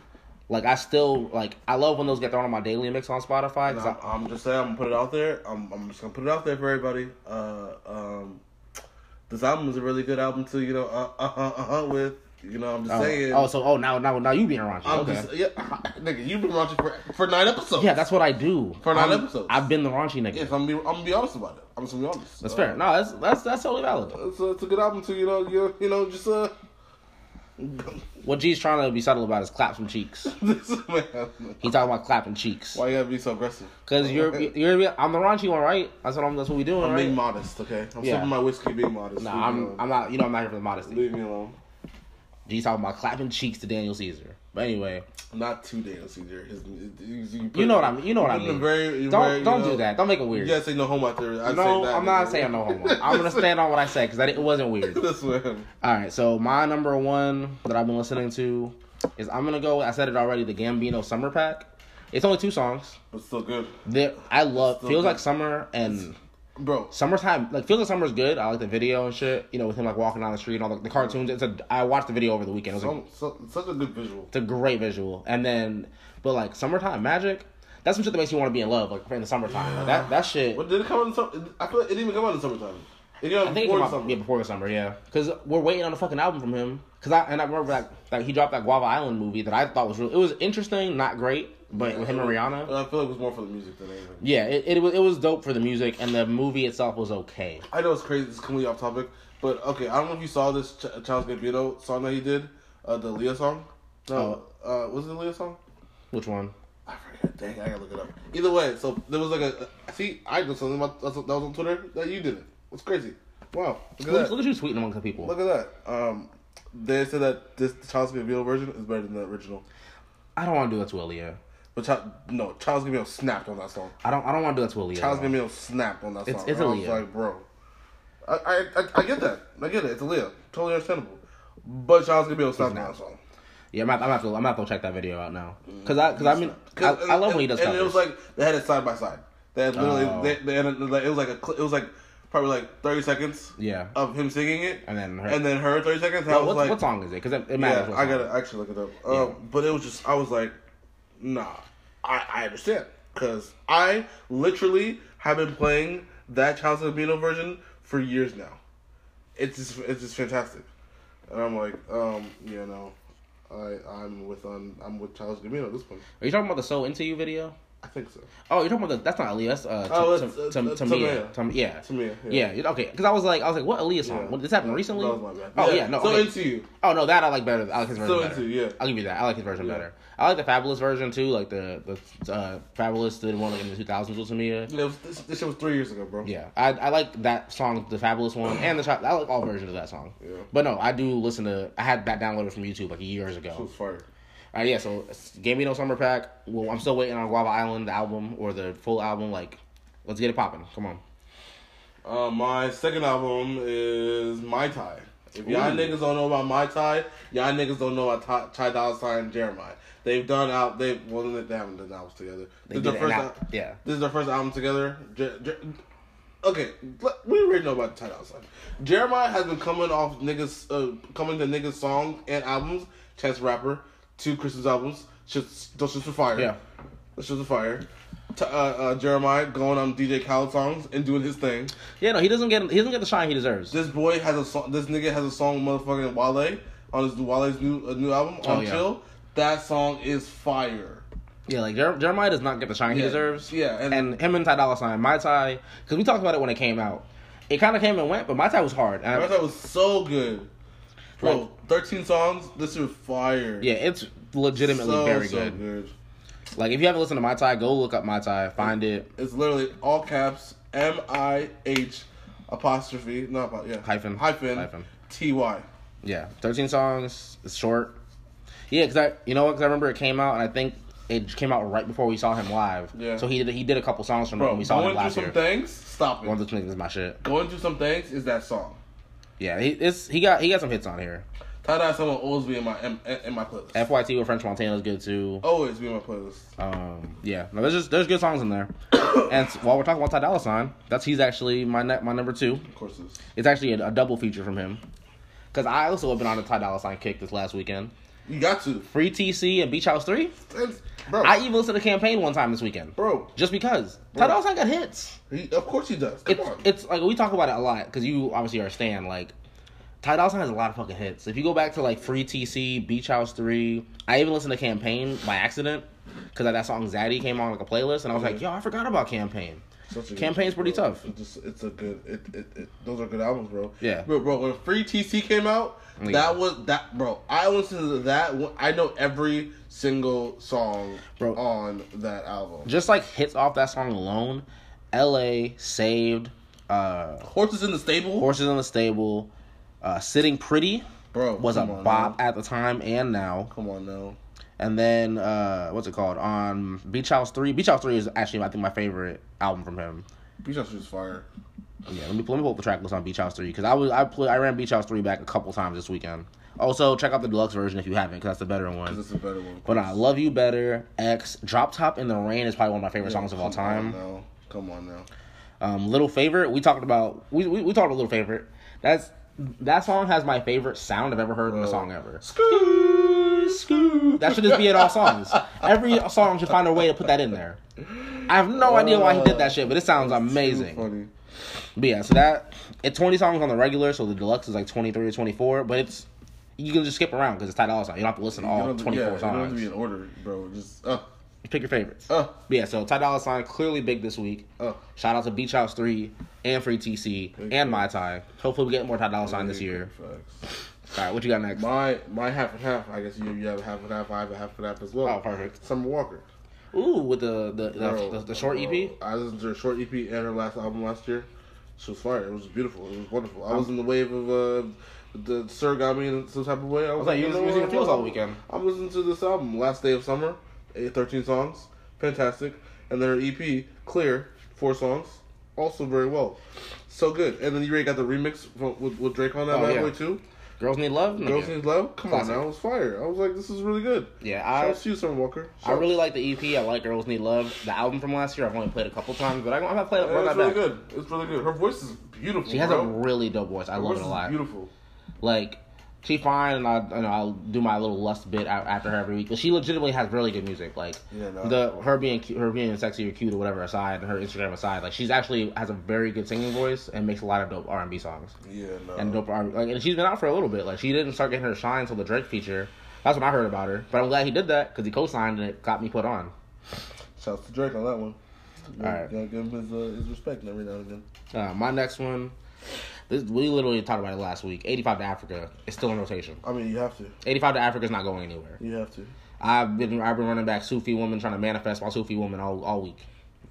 Speaker 1: like i still like i love when those get thrown on my daily mix on spotify
Speaker 2: And
Speaker 1: 'cause
Speaker 2: I'm,
Speaker 1: I,
Speaker 2: I'm just saying, I'm gonna put it out there. I'm, I'm just gonna put it out there for everybody. Uh, um, this album is a really good album to you know, uh, uh, uh, uh, uh with. You know, I'm just saying.
Speaker 1: oh, oh, so oh now now now you being raunchy
Speaker 2: I'm
Speaker 1: okay
Speaker 2: just, yeah, *laughs* nigga, you've been watching for for nine episodes.
Speaker 1: yeah that's what i do
Speaker 2: For nine
Speaker 1: I'm-
Speaker 2: episodes.
Speaker 1: i've been the raunchy nigga
Speaker 2: Yes, I'm gonna be, I'm gonna be honest about it. I'm just gonna be honest.
Speaker 1: That's
Speaker 2: Uh,
Speaker 1: fair. No, that's that's that's totally valid.
Speaker 2: It's a, it's a good album to you know, you you know, just uh, *laughs*
Speaker 1: What G's trying to be subtle about is clap some cheeks.
Speaker 2: this man.
Speaker 1: He talking about clapping cheeks.
Speaker 2: Why you gotta be so aggressive?
Speaker 1: Cause
Speaker 2: *laughs*
Speaker 1: you're you're I'm the raunchy one, right? That's what I'm. That's what we doing,
Speaker 2: I'm being
Speaker 1: right?
Speaker 2: modest, okay? I'm
Speaker 1: Yeah.
Speaker 2: sipping my whiskey, being modest.
Speaker 1: No,
Speaker 2: Leave me
Speaker 1: I'm
Speaker 2: alone.
Speaker 1: I'm not. You know, I'm not here for the modesty.
Speaker 2: Leave me alone.
Speaker 1: G's talking about clapping cheeks to Daniel Caesar. But anyway,
Speaker 2: Not too Daniel Caesar. His, you, you,
Speaker 1: you know what I mean. You know what I
Speaker 2: put him in
Speaker 1: mean.
Speaker 2: Very, you very,
Speaker 1: Don't
Speaker 2: you
Speaker 1: don't
Speaker 2: know,
Speaker 1: do that. Don't make it
Speaker 2: You
Speaker 1: weird.
Speaker 2: gotta say no homo out there. I
Speaker 1: No,
Speaker 2: say that,
Speaker 1: I'm not
Speaker 2: nigga.
Speaker 1: saying no
Speaker 2: *laughs*
Speaker 1: homo. I'm gonna stand on what I said because it wasn't weird.
Speaker 2: this man.
Speaker 1: All right, so my number one that I've been listening to is I'm gonna go. I said it already. The Gambino Summer Pack. It's only two songs.
Speaker 2: But still good,
Speaker 1: There, I love
Speaker 2: Still
Speaker 1: feels
Speaker 2: good.
Speaker 1: like summer and
Speaker 2: bro.
Speaker 1: summertime. Like feels like summer's good. I like the video and shit. You know, with him like walking down the street and all the, the cartoons. It's a. I watched the video over the weekend. It was like,
Speaker 2: So, so, such a good visual.
Speaker 1: it's a great visual. And then, but like summertime magic. That's some shit that makes you want to be in love, like in the summertime. Like, that that shit.
Speaker 2: What did it come out in summer? I feel like it didn't even come out in summertime. It came out
Speaker 1: I think it came
Speaker 2: before the
Speaker 1: out
Speaker 2: summer.
Speaker 1: yeah, before the summer, yeah. Because we're waiting on a fucking album from him. Because I and I remember that like, he dropped that Guava Island movie that I thought was really. It was interesting, not great, but with him and Rihanna.
Speaker 2: I feel like it was more for the music than anything.
Speaker 1: Yeah, it, it was it was dope for the music and the movie itself was okay.
Speaker 2: I know it's crazy. It's completely off topic, but okay. I don't know if you saw this Ch- Charles Gambino song that he did, uh, the Leah song. No,
Speaker 1: Oh.
Speaker 2: uh, was it the Leah song?
Speaker 1: Which one?
Speaker 2: I forget. Dang, I gotta look it up. Either way, so there was like a see. I know something about that's, that was on Twitter that you did it. It's crazy. Wow, look at
Speaker 1: Look,
Speaker 2: that.
Speaker 1: look at you tweeting amongst the people.
Speaker 2: Look at that. Um, they said that this Charles Gambino version is better than the original.
Speaker 1: I don't want to do that to Aaliyah.
Speaker 2: But Chil- no, Charles Gambino snapped on that song.
Speaker 1: I don't. I don't want to do that to Aaliyah.
Speaker 2: Charles Gambino snapped on that song.
Speaker 1: It's- it's
Speaker 2: And I was
Speaker 1: Aaliyah.
Speaker 2: like, bro, I, I I I get that. I get it. It's Aaliyah. Totally understandable. But Charles Gambino snapped on that song.
Speaker 1: yeah, I'm not. I'm not. I'm not gonna check that video out now. Cause I. Cause I mean, I,
Speaker 2: Mm. Cause-
Speaker 1: I love when he does
Speaker 2: And
Speaker 1: covers.
Speaker 2: it was like they had it side by side. They had literally
Speaker 1: Oh.
Speaker 2: they, they had it, like, it was like a cl- it was like probably like thirty seconds.
Speaker 1: Yeah.
Speaker 2: Of him singing it,
Speaker 1: And then her-
Speaker 2: and then her thirty seconds. I
Speaker 1: What-
Speaker 2: was
Speaker 1: what,
Speaker 2: like,
Speaker 1: what song is it? Cause it, it matters.
Speaker 2: yeah,
Speaker 1: what
Speaker 2: I
Speaker 1: song.
Speaker 2: gotta actually look it up. Um,
Speaker 1: Yeah.
Speaker 2: But it was just I was like, nah, I I understand because I literally have been playing that Charles Gambino version for years now. It's just it's just fantastic, and I'm like, um, you know. I, I'm with on I'm with Charles Gambino at this point.
Speaker 1: Are you talking about the "So Into You" video?
Speaker 2: I think so.
Speaker 1: Oh, you're talking about the, that's not Aaliyah. That's uh,
Speaker 2: Oh,
Speaker 1: Tam-
Speaker 2: it's, uh,
Speaker 1: Tam-
Speaker 2: uh,
Speaker 1: Tam- Tamia.
Speaker 2: Tamia.
Speaker 1: Tam- yeah.
Speaker 2: Tamia,
Speaker 1: Yeah.
Speaker 2: yeah.
Speaker 1: yeah. Okay. Because I was like, I was like, what Aaliyah song?
Speaker 2: Yeah.
Speaker 1: Um, What, this happened recently?
Speaker 2: That was my bad.
Speaker 1: Oh yeah. no.
Speaker 2: So
Speaker 1: okay.
Speaker 2: into you.
Speaker 1: Oh no, that I like better. I like his version
Speaker 2: So
Speaker 1: better.
Speaker 2: into, yeah.
Speaker 1: I'll give you that. I like his version better. I like the Fabulous version too. Like the the uh, Fabulous did one like in the 2000s with Tamia.
Speaker 2: It was, this, this shit was three years ago, bro.
Speaker 1: Yeah, I I like that song, the Fabulous one, and the Child. I like all versions of that song.
Speaker 2: Yeah.
Speaker 1: But no, I do listen to. I had that downloaded from YouTube like years ago.
Speaker 2: It was fire.
Speaker 1: Uh, yeah, so Game Me No Summer Pack. Well, I'm still waiting on Guava Island the album or the full album. Like, let's get it popping. Come on.
Speaker 2: Uh, my second album is My Tie. If y'all
Speaker 1: Ooh.
Speaker 2: niggas don't know about My Tie, y'all niggas don't know about Ty Dolla Sign and Jeremiah. They've done out. They well, they haven't done albums together.
Speaker 1: They
Speaker 2: This
Speaker 1: did
Speaker 2: is their
Speaker 1: an
Speaker 2: first.
Speaker 1: al-
Speaker 2: al-
Speaker 1: yeah.
Speaker 2: This is their first album together. Jer- Jer- okay, let- we already know about Ty Dolla Sign. Jeremiah has been coming off niggas, uh, coming to niggas' songs and albums. Chance Rapper, two Christmas albums. Shit's, those shits were fire.
Speaker 1: Yeah.
Speaker 2: This was a fire. T- uh, uh, Jeremiah going on DJ Khaled songs and doing his thing.
Speaker 1: Yeah, no, he doesn't get he doesn't get the shine he deserves.
Speaker 2: This boy has a song. This nigga has a song, with motherfucking Wale on his Wale's new uh, new album on
Speaker 1: Oh, yeah.
Speaker 2: Chill. That song is fire.
Speaker 1: Yeah, like Jer- Jeremiah does not get the shine he
Speaker 2: Yeah,
Speaker 1: deserves.
Speaker 2: yeah, and-
Speaker 1: and, him and Ty Dolla Sign, my Ty, because we talked about it when it came out. It kind of came and went, but my Ty was hard. And I-
Speaker 2: That was so good, bro.
Speaker 1: Like-
Speaker 2: Thirteen songs. This is fire.
Speaker 1: yeah, it's legitimately
Speaker 2: so,
Speaker 1: very
Speaker 2: so
Speaker 1: good. Like if you haven't listened to my Ty, go look up my Ty, find it
Speaker 2: It's literally all caps M I H apostrophe not about yeah
Speaker 1: Hyphen.
Speaker 2: hyphen,
Speaker 1: Hyphen.
Speaker 2: T Y.
Speaker 1: Yeah, thirteen songs. It's short. Yeah, cause I, you know what? Cause I remember it came out, and I think it came out right before we saw him live.
Speaker 2: Yeah.
Speaker 1: So he did he did a couple songs from it
Speaker 2: Bro,
Speaker 1: when we saw him
Speaker 2: going through
Speaker 1: last
Speaker 2: some
Speaker 1: year.
Speaker 2: things. Stop it.
Speaker 1: One of those things is my shit.
Speaker 2: Going through some things is that song.
Speaker 1: Yeah, he it's he got he got some hits on here.
Speaker 2: Tie dye song will always be in my in, in my playlist.
Speaker 1: FYT with French Montana is good too.
Speaker 2: always be in my playlist.
Speaker 1: Um, yeah, no, there's just there's good songs in there. *coughs* and s- while we're talking about Ty Dolla Sign, that's he's actually my ne- my number two.
Speaker 2: Of course, it's
Speaker 1: It's actually a, a double feature from him, because I also have been on a Ty Dolla Sign kick this last weekend.
Speaker 2: you got to,
Speaker 1: Free TC and Beach House Three.
Speaker 2: It's- bro.
Speaker 1: I even listened to Campaign one time this weekend.
Speaker 2: bro,
Speaker 1: just because. Ty Dolla Sign got hits.
Speaker 2: he, of course he does. Come
Speaker 1: It's
Speaker 2: on,
Speaker 1: it's like we talk about it a lot because you obviously are a stan. Like Ty Dolla Sign has a lot of fucking hits. If you go back to like Free TC, Beach House Three, I even listened to Campaign by accident because that song Zaddy came on like a playlist, and I was like, yo, I forgot about Campaign.
Speaker 2: Such a good-
Speaker 1: Campaign's pretty
Speaker 2: bro,
Speaker 1: tough.
Speaker 2: It's, just- it's a good. It, it, it, those are good albums, bro.
Speaker 1: Yeah.
Speaker 2: bro, bro. When Free TC came out,
Speaker 1: Yeah.
Speaker 2: that was that, bro. I listened to that. one- I know every single song
Speaker 1: Bro.
Speaker 2: on that album.
Speaker 1: Just like hits off that song alone, L.A. saved, uh,
Speaker 2: Horses in the stable,
Speaker 1: Horses in the Stable, uh, Sitting Pretty
Speaker 2: bro,
Speaker 1: was a
Speaker 2: come on
Speaker 1: bop
Speaker 2: now.
Speaker 1: at the time and now.
Speaker 2: Come on now.
Speaker 1: And then uh what's it called? On Beach House 3. Beach House 3 is actually I think my favorite album from him.
Speaker 2: Beach House is fire.
Speaker 1: Yeah, let me let me pull up the track list on Beach House 3 cuz I was I play, I ran Beach House 3 back a couple times this weekend. Also, check out the deluxe version if you haven't cuz that's the better
Speaker 2: This
Speaker 1: one.
Speaker 2: is a better one.
Speaker 1: But I love you better. X Drop Top in the Rain is probably one of my favorite songs of all
Speaker 2: Come on
Speaker 1: time.
Speaker 2: now. Come on now.
Speaker 1: Um Little Favorite, we talked about we we, we talked about Little Favorite. That's that song has my favorite sound I've ever heard in a
Speaker 2: Bro.
Speaker 1: song ever.
Speaker 2: Scoo, scoo.
Speaker 1: That should just be in all songs. Every song should find a way to put that in there. I have no idea why he did that shit, but it sounds amazing.
Speaker 2: Funny.
Speaker 1: But yeah, so that it's 20 songs on the regular, so the deluxe is like 23 or 24, but it's you can just skip around because it's tied all song. You don't have to listen to
Speaker 2: You
Speaker 1: all
Speaker 2: don't have to-
Speaker 1: 24
Speaker 2: yeah, You don't have to
Speaker 1: songs.
Speaker 2: be in order, bro. Just uh,
Speaker 1: Pick your favorites.
Speaker 2: uh,
Speaker 1: But yeah, so Ty Dolla Sign clearly big this week.
Speaker 2: uh.
Speaker 1: Shout out to Beach House 3 and Free TC
Speaker 2: Big
Speaker 1: and My Ty. Hopefully we get more Ty Dolla Sign this year.
Speaker 2: Facts.
Speaker 1: All right, what you got next?
Speaker 2: My my half and half. I guess you you have a half and half. I have a half and half as well.
Speaker 1: Oh, perfect.
Speaker 2: Summer Walker.
Speaker 1: Ooh, with the the, the,
Speaker 2: Bro,
Speaker 1: the, the short E
Speaker 2: bro,
Speaker 1: EP.
Speaker 2: I listened to her short EP and her last album last year. She was fire. It was beautiful. It was wonderful. I was in the wave of uh, the Sir got me in some type of way. I was
Speaker 1: like, you was using feels all weekend.
Speaker 2: I'm listening to this album, Last Day of Summer, eh, 13 songs, fantastic. And then her EP, Clear, four songs, also very well. So good. And then you already got the remix from, with, with Drake on that
Speaker 1: Oh,
Speaker 2: bad
Speaker 1: yeah.
Speaker 2: boy too.
Speaker 1: Girls Need Love. Nigga.
Speaker 2: Girls Need Love. Come
Speaker 1: Classic.
Speaker 2: on, now it was fire. I was like, this is really good.
Speaker 1: Yeah,
Speaker 2: I,
Speaker 1: I-
Speaker 2: Shouts to you, Summer Walker.
Speaker 1: I
Speaker 2: Shouts.
Speaker 1: really like the EP. I like Girls Need Love. The album from last year, I've only played a couple times, but I haven't played it.
Speaker 2: Yeah,
Speaker 1: run that
Speaker 2: it's really
Speaker 1: back.
Speaker 2: good. It's really good. Her voice is beautiful.
Speaker 1: She has
Speaker 2: bro.
Speaker 1: a really dope voice. I
Speaker 2: Her
Speaker 1: love
Speaker 2: voice
Speaker 1: it a
Speaker 2: is
Speaker 1: lot.
Speaker 2: Beautiful.
Speaker 1: Like she fine, and I and I'll do my little lust bit out after her every week. But she legitimately has really good music. Like
Speaker 2: Yeah, no.
Speaker 1: the her being cute, her being sexy or cute or whatever aside, and her Instagram aside, like she's actually has a very good singing voice and makes a lot of dope R and B songs
Speaker 2: Yeah, no.
Speaker 1: and dope R like and she's been out for a little bit. Like she didn't start getting her shine until the Drake feature. That's when I heard about her. But I'm glad he did that because he co-signed and it got me put on.
Speaker 2: Shouts to Drake on that one.
Speaker 1: All right.
Speaker 2: Gotta give him his, uh, his respect every now and again.
Speaker 1: Uh, my next one, this we literally talked about it last week. 85 to Africa is still in rotation.
Speaker 2: I mean, you have to.
Speaker 1: 85 to Africa is not going anywhere.
Speaker 2: You have to.
Speaker 1: I've been I've been running back Sufi woman trying to manifest my Sufi woman all, all week.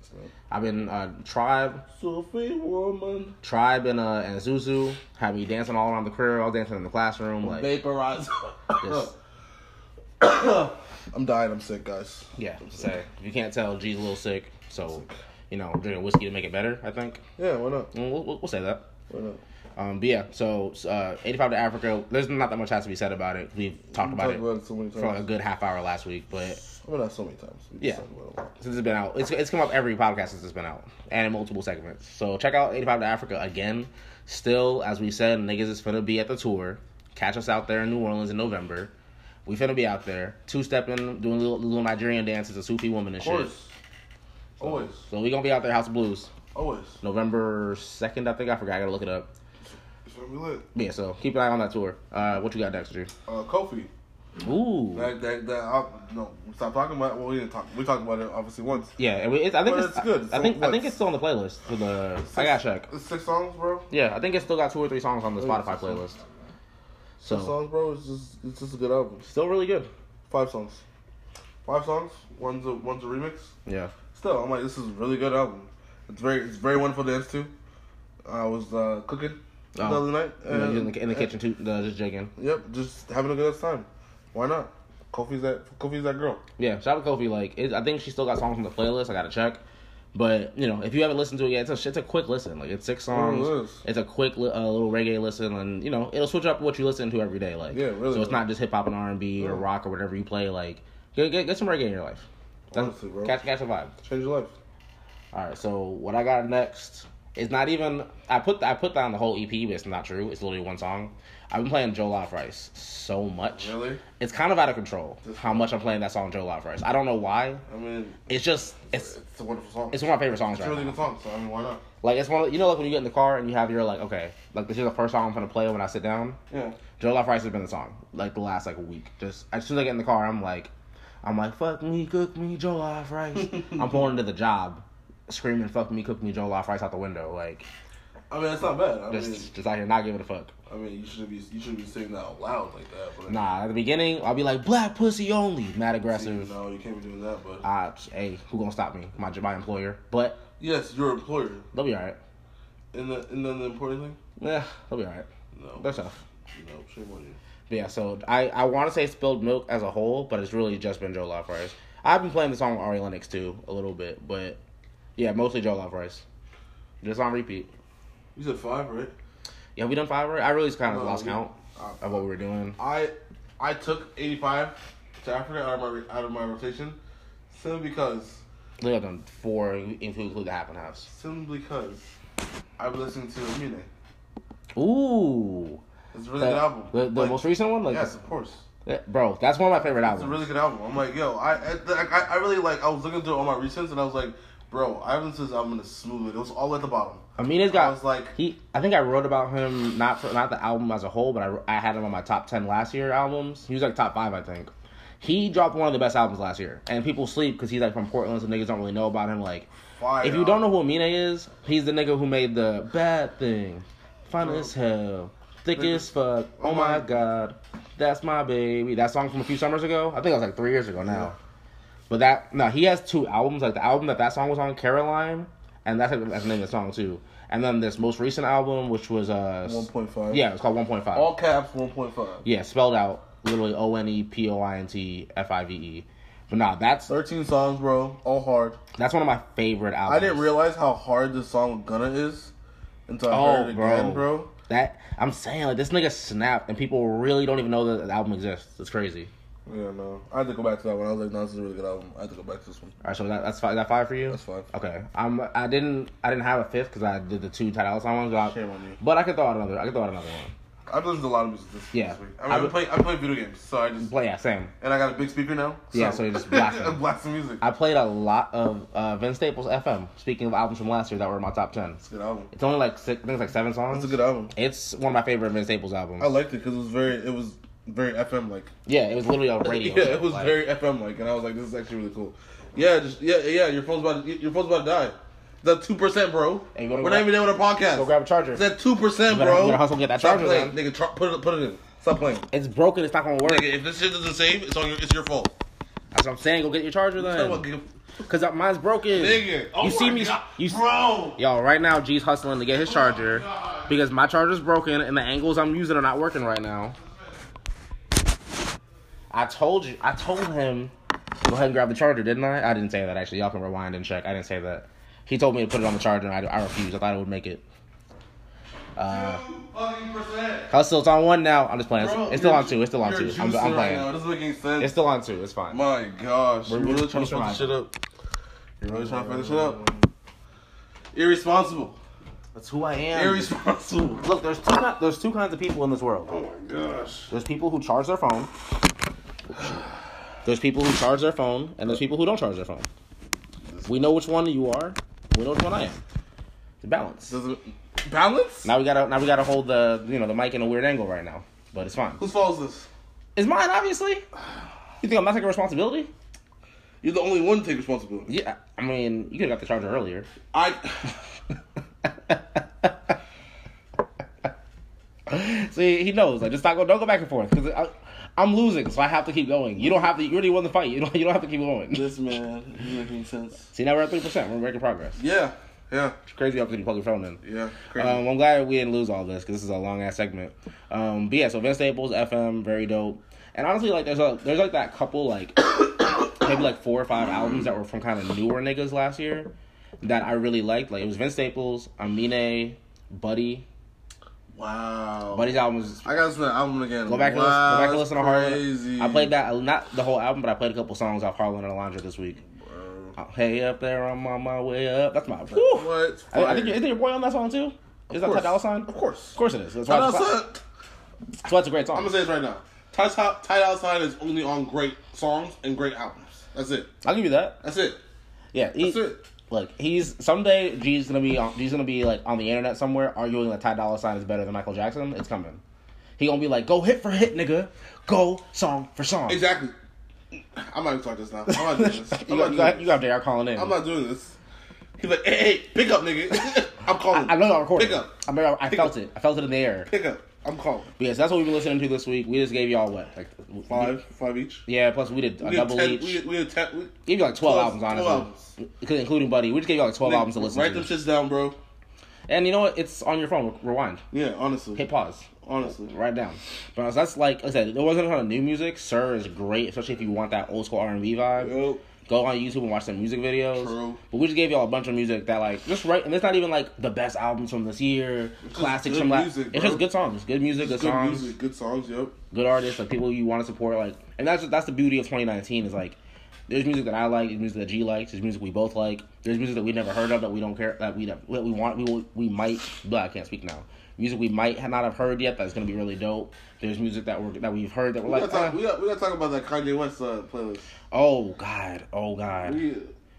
Speaker 2: So.
Speaker 1: I've been uh, tribe
Speaker 2: Sophie Woman.
Speaker 1: tribe and uh and Zuzu had me dancing all around the crib. I was dancing in the classroom like
Speaker 2: Vaporizer. *laughs*
Speaker 1: Yes.
Speaker 2: I'm dying. I'm sick, guys.
Speaker 1: yeah. Say if you can't tell, G's a little sick. So you know, drinking whiskey to make it better. I think.
Speaker 2: Yeah, why not?
Speaker 1: And We'll, we'll, we'll say that.
Speaker 2: Why not?
Speaker 1: Um, but yeah, so uh, 85 to Africa. There's not that much has to be said about it. We've talked
Speaker 2: We
Speaker 1: about
Speaker 2: talked
Speaker 1: it
Speaker 2: about it so many
Speaker 1: for like a
Speaker 2: times.
Speaker 1: good half hour last week, but
Speaker 2: Well, not so many times. We
Speaker 1: Yeah.
Speaker 2: just talked about it a lot.
Speaker 1: since it's been out, it's, it's come up every podcast since it's been out, and in multiple segments. So check out 85 to Africa again. Still, as we said, niggas is finna be at the tour. Catch us out there in New Orleans in November. We finna be out there, two stepping, doing little, little Nigerian dances, a Sufi woman and
Speaker 2: Of
Speaker 1: shit.
Speaker 2: course. Always.
Speaker 1: So we gonna be out there, House of Blues,
Speaker 2: Always.
Speaker 1: November second, I think. I forgot. I gotta look it up.
Speaker 2: It's gonna be lit.
Speaker 1: But yeah, so keep an eye on that tour. Uh, what you got next, Drew?
Speaker 2: Uh, Kofi.
Speaker 1: Ooh.
Speaker 2: That, that, that, I, no, stop talking about Well, we didn't talk. We talked about it, obviously, once.
Speaker 1: Yeah, and we- it's, I think
Speaker 2: But
Speaker 1: it's,
Speaker 2: it's good.
Speaker 1: I, I
Speaker 2: So
Speaker 1: think I
Speaker 2: what's-
Speaker 1: think it's still on the playlist for the. I gotta check.
Speaker 2: It's six songs, bro.
Speaker 1: Yeah, I think it's still got two or three songs on the
Speaker 2: Oh, yeah,
Speaker 1: Spotify
Speaker 2: six songs.
Speaker 1: playlist.
Speaker 2: Six
Speaker 1: So
Speaker 2: songs, bro. It's just, it's just a good album.
Speaker 1: still really good.
Speaker 2: Five songs. Five songs. One's a, one's a remix.
Speaker 1: Yeah,
Speaker 2: Still, I'm like, this is a really good album. It's very, it's very wonderful to dance to. I was uh, cooking the
Speaker 1: Oh.
Speaker 2: other night.
Speaker 1: You know,
Speaker 2: and-
Speaker 1: in the, in the kitchen too, uh, just jigging.
Speaker 2: Yep, just having a good time. Why not? Kofi's that Kofi's that girl.
Speaker 1: Yeah, shout out to Kofi. Like, it, I think she still got songs on the playlist. I gotta check. But you know, if you haven't listened to it yet, it's a it's a quick listen. Like, it's six songs.
Speaker 2: Oh, it is.
Speaker 1: it's a quick li- uh, little reggae listen, and you know, it'll switch up what you listen to every day. Like,
Speaker 2: Yeah, really.
Speaker 1: So it's not just hip hop and R and B or
Speaker 2: Yeah.
Speaker 1: rock or whatever you play. Like, get get, get some reggae in your life. That's-
Speaker 2: Honestly, bro.
Speaker 1: Catch catch a vibe.
Speaker 2: Change your life.
Speaker 1: All right, so what I got next is not even I put I put down the whole EP, but it's not true. It's literally one song. I've been playing Joe Love Rice so much.
Speaker 2: Really?
Speaker 1: It's kind of out of control how much I'm playing that song Joe Love Rice. I don't know why.
Speaker 2: I mean,
Speaker 1: It's just it's
Speaker 2: it's a wonderful song.
Speaker 1: it's one of my favorite songs
Speaker 2: It's a
Speaker 1: right
Speaker 2: really
Speaker 1: now.
Speaker 2: good song. So I mean, why not?
Speaker 1: Like it's one of, you know like when you get in the car and you have your like okay like this is the first song I'm gonna play when I sit down.
Speaker 2: Yeah.
Speaker 1: Joe Love Rice has been the song like the last like week. Just as soon as I get in the car, I'm like, I'm like, fuck me, cook me, Joe Love Rice. I'm pulling into the job, screaming, fuck me, cook me, Joe Love Rice out the window. Like
Speaker 2: I mean, that's not bad. I mean,
Speaker 1: just just out here not giving a fuck.
Speaker 2: I mean, you shouldn't be you shouldn't be saying that out loud like that. But
Speaker 1: Nah, at the beginning, I'll be like, black pussy only, mad
Speaker 2: You
Speaker 1: aggressive.
Speaker 2: no, you can't be doing that. But
Speaker 1: Ah, hey, who gonna stop me? My my employer, but
Speaker 2: yes, your employer.
Speaker 1: they'll be all right.
Speaker 2: And the and then the important thing.
Speaker 1: Yeah, they'll be all right.
Speaker 2: No.
Speaker 1: That's tough.
Speaker 2: No, shame on you.
Speaker 1: But yeah, so I, I want to say Spilled Milk as a whole, but it's really just been Joe Lafrice. I've been playing the song with Ari Lennox too a little bit, but yeah, mostly Joe Lafrice. Just on repeat.
Speaker 2: You said five, right?
Speaker 1: Yeah, have we done five right? I really kind of
Speaker 2: No,
Speaker 1: lost
Speaker 2: we-
Speaker 1: count
Speaker 2: I-
Speaker 1: of what we were doing.
Speaker 2: I I took eighty five to Africa out of my out of my rotation simply because
Speaker 1: I think I've done four, if we include the Happen House.
Speaker 2: simply because I've listened to Mine.
Speaker 1: Ooh.
Speaker 2: It's a really good
Speaker 1: The,
Speaker 2: album.
Speaker 1: the, the
Speaker 2: Like,
Speaker 1: most recent one? Like,
Speaker 2: Yes, of course.
Speaker 1: Yeah, Bro, that's one of my favorite
Speaker 2: It's a
Speaker 1: albums.
Speaker 2: really good album. I'm like, yo, I I, I- I really like. I was looking through all my recents and I was like, bro, I haven't listened to this album in a smooth. It was all at the bottom.
Speaker 1: Amina's
Speaker 2: I
Speaker 1: got
Speaker 2: was like,
Speaker 1: he. I think I wrote about him not for not the album as a whole, but I I had him on my top ten last year albums. He was like top five, I think. He dropped one of the best albums last year, and people sleep because he's like from Portland, so niggas don't really know about him. Like,
Speaker 2: fire.
Speaker 1: if you don't know who Amina is, he's the nigga who made the bad thing, fun as hell, thick as fuck. Oh my god, that's my baby. That song from a few summers ago. I think it was like three years ago now.
Speaker 2: Yeah.
Speaker 1: But that no, he has two albums. Like the album that that song was on, Caroline, and that's that's the name of the song too. And then this most recent album, which was uh,
Speaker 2: One point five. Oh.
Speaker 1: yeah, it's called One Point Five.
Speaker 2: All caps. One point five.
Speaker 1: yeah, spelled out literally O N E P O I N T F I V E. But nah, that's
Speaker 2: Thirteen songs, bro. All hard.
Speaker 1: that's one of my favorite albums.
Speaker 2: I didn't realize how hard this song "Gonna" is until I
Speaker 1: Oh,
Speaker 2: heard it
Speaker 1: bro.
Speaker 2: again, bro.
Speaker 1: that. I'm saying like this nigga snapped, and people really don't even know that the album exists. It's crazy.
Speaker 2: Yeah, no. I had to go back to that one. I was like, no, this is a really good album. I had to go back to this one.
Speaker 1: All right, so that, that's five. That five for you.
Speaker 2: That's five.
Speaker 1: Okay, I'm. I didn't. I didn't have a fifth because I did the two title songs. but I-
Speaker 2: Shame on you.
Speaker 1: But I could throw out another. I could throw out another one.
Speaker 2: I've listened to a lot of music this,
Speaker 1: Yeah.
Speaker 2: this week. I mean,
Speaker 1: I
Speaker 2: I,
Speaker 1: would-
Speaker 2: play I play video games, so I just
Speaker 1: But yeah, same.
Speaker 2: and I got a big speaker now. So
Speaker 1: Yeah, so you
Speaker 2: *laughs*
Speaker 1: just blast it.
Speaker 2: I blast the music.
Speaker 1: I played a lot of uh, Vince Staples FM. Speaking of albums from last year that were in my top ten,
Speaker 2: It's a good album.
Speaker 1: it's only like six, I think it's like seven songs.
Speaker 2: It's a good album.
Speaker 1: It's one of my favorite Vince Staples albums.
Speaker 2: I liked it because it was very it was very FM like. *laughs*
Speaker 1: yeah, it was literally a radio.
Speaker 2: Yeah,
Speaker 1: show,
Speaker 2: it was
Speaker 1: like-
Speaker 2: very FM like, and I was like, this is actually really cool. Yeah, just yeah yeah. Your phone's about to, your phone's about to die. That's two percent, bro.
Speaker 1: Hey, go to
Speaker 2: We're not
Speaker 1: grab-
Speaker 2: even there with a podcast.
Speaker 1: Go grab a charger.
Speaker 2: It's at two percent,
Speaker 1: better-
Speaker 2: bro.
Speaker 1: you better hustle and get that
Speaker 2: Stop
Speaker 1: charger,
Speaker 2: playing,
Speaker 1: man.
Speaker 2: nigga. Try, put it put it in. Stop playing.
Speaker 1: It's broken. It's not gonna work.
Speaker 2: Nigga, if this shit doesn't save, it's on your it's your fault.
Speaker 1: That's what I'm saying. Go get your charger
Speaker 2: Talk about
Speaker 1: then.
Speaker 2: give-
Speaker 1: Cause uh, mine's broken.
Speaker 2: Nigga, oh
Speaker 1: you see
Speaker 2: my
Speaker 1: me?
Speaker 2: God,
Speaker 1: You s-
Speaker 2: bro. Oh
Speaker 1: Yo, right now G's hustling to get his charger because my charger's broken and the angles I'm using are not working right now. I told you, I told him, go ahead and grab the charger, didn't I? I didn't say that actually. Y'all can rewind and check. I didn't say that. He told me to put it on the charger, and I, I refused. I thought it would make it. Uh, Hustle, it's on one now. I'm just playing. It's-
Speaker 2: Bro,
Speaker 1: it's still
Speaker 2: you're
Speaker 1: on two. It's still on
Speaker 2: ju-
Speaker 1: two.
Speaker 2: you're
Speaker 1: I'm,
Speaker 2: juicing
Speaker 1: I'm
Speaker 2: right
Speaker 1: playing.
Speaker 2: now. It doesn't make any sense.
Speaker 1: it's still on two. It's fine.
Speaker 2: My gosh,
Speaker 1: We're
Speaker 2: you're really
Speaker 1: really
Speaker 2: trying to fuck
Speaker 1: trying.
Speaker 2: this shit up. You're really trying to fuck this shit up. Irresponsible.
Speaker 1: That's who I am.
Speaker 2: Irresponsible.
Speaker 1: Look, there's two. ki- There's two kinds of people in this world.
Speaker 2: Oh my gosh.
Speaker 1: There's people who charge their phone. There's people who charge their phone, and there's people who don't charge their phone. We know which one you are. We know which one I am. The balance.
Speaker 2: Does it balance?
Speaker 1: Now we gotta. Now we gotta hold the you know the mic in a weird angle right now, but it's fine.
Speaker 2: Whose fault is this?
Speaker 1: It's mine, obviously. You think I'm not taking responsibility?
Speaker 2: You're the only one to take responsibility.
Speaker 1: Yeah. I mean, you could have got the charger earlier. *laughs*
Speaker 2: I.
Speaker 1: See, he knows. Like, just not go. Don't go back and forth because I'm losing, so I have to keep going. You don't have to. You already won the fight. You don't. You don't have to keep going.
Speaker 2: *laughs* This man doesn't make any sense.
Speaker 1: See, now we're at three percent. We're making progress.
Speaker 2: Yeah, yeah,
Speaker 1: It's crazy how you plug your phone in.
Speaker 2: yeah. Crazy.
Speaker 1: Um, I'm glad we didn't lose all this because this is a long ass segment. Um, but yeah, so Vince Staples, FM, very dope. And honestly, like there's a there's like that couple like *coughs* maybe like four or five albums that were from kind of newer niggas last year that I really liked. Like it was Vince Staples, Amine, Buddy.
Speaker 2: wow.
Speaker 1: Buddy's album was
Speaker 2: I got to listen to that album again.
Speaker 1: go back and listen,
Speaker 2: wow,
Speaker 1: go back and listen to
Speaker 2: crazy.
Speaker 1: Harlan. I played that not the whole album, but I played a couple songs off Harlan and Alondra this week.
Speaker 2: Bro.
Speaker 1: Uh, Hey up there, I'm on my way up. That's my. Whew.
Speaker 2: What?
Speaker 1: I, I think isn't your boy on that song too? Is that Ty Dolla Sign?
Speaker 2: Of course.
Speaker 1: Of course it is. That's why,
Speaker 2: Ty
Speaker 1: that's,
Speaker 2: Dolla
Speaker 1: why,
Speaker 2: Sign-
Speaker 1: that's why it's a great song.
Speaker 2: I'm gonna say this right now. Ty Top Ty Dolla Sign is only on great songs and great albums. That's it.
Speaker 1: I'll give you that.
Speaker 2: That's it.
Speaker 1: Yeah, he,
Speaker 2: That's it.
Speaker 1: look, he's someday G's gonna be on, G's gonna be like on the internet somewhere arguing that Ty Dolla Sign is better than Michael Jackson. It's coming. He gonna be like, go hit for hit, nigga, go song for song.
Speaker 2: Exactly. I'm not even talking this now. I'm not doing this.
Speaker 1: *laughs* You got,
Speaker 2: I'm not
Speaker 1: you,
Speaker 2: doing
Speaker 1: got,
Speaker 2: this.
Speaker 1: you got JR calling in.
Speaker 2: I'm not doing this. He's like, hey, hey, pick up, nigga. *laughs* I'm calling.
Speaker 1: I know y'all recording.
Speaker 2: Pick up.
Speaker 1: I, remember I, I
Speaker 2: Pick
Speaker 1: felt
Speaker 2: up.
Speaker 1: it. I felt it in the air. But
Speaker 2: Pick up. I'm calling.
Speaker 1: yeah, so that's what we've been listening to this week. We just gave y'all what, like
Speaker 2: Five, five each.
Speaker 1: Yeah, plus we did a
Speaker 2: We have
Speaker 1: double
Speaker 2: ten,
Speaker 1: each.
Speaker 2: We, we have ten. We,
Speaker 1: gave you like twelve,
Speaker 2: 12
Speaker 1: albums, honestly,
Speaker 2: 12 albums.
Speaker 1: Including- including Buddy. We just gave you like twelve
Speaker 2: Nick,
Speaker 1: albums to listen
Speaker 2: Write
Speaker 1: to.
Speaker 2: them shits down, bro.
Speaker 1: and you know what? It's on your phone. Rewind.
Speaker 2: Yeah, honestly.
Speaker 1: Hit pause.
Speaker 2: honestly.
Speaker 1: right down. But as that's like, like I said, there wasn't a ton of new music. Sir is great, especially if you want that old school R and B vibe.
Speaker 2: Yo,
Speaker 1: Go on YouTube and watch some music videos.
Speaker 2: True.
Speaker 1: But we just gave y'all a bunch of music that like just right, and it's not even like the best albums from this year,
Speaker 2: just
Speaker 1: classics
Speaker 2: good
Speaker 1: from last.
Speaker 2: music,
Speaker 1: it's
Speaker 2: bro.
Speaker 1: just good songs, good music, good,
Speaker 2: good
Speaker 1: songs,
Speaker 2: music, good songs. Yep.
Speaker 1: good artists, like people you want to support. Like, and that's that's the beauty of 2019 is like. There's music that I like. There's music that G likes. There's music we both like. There's music that we never heard of that we don't care that we that we want we we might. Blah, I can't speak now. Music we might have not have heard yet that's gonna be really dope. There's music that we're that we've heard that we're
Speaker 2: We
Speaker 1: like,
Speaker 2: gotta, talk,
Speaker 1: "Ah,
Speaker 2: we, gotta, we gotta talk about that Kanye West uh, playlist.
Speaker 1: oh god, oh god.
Speaker 2: We,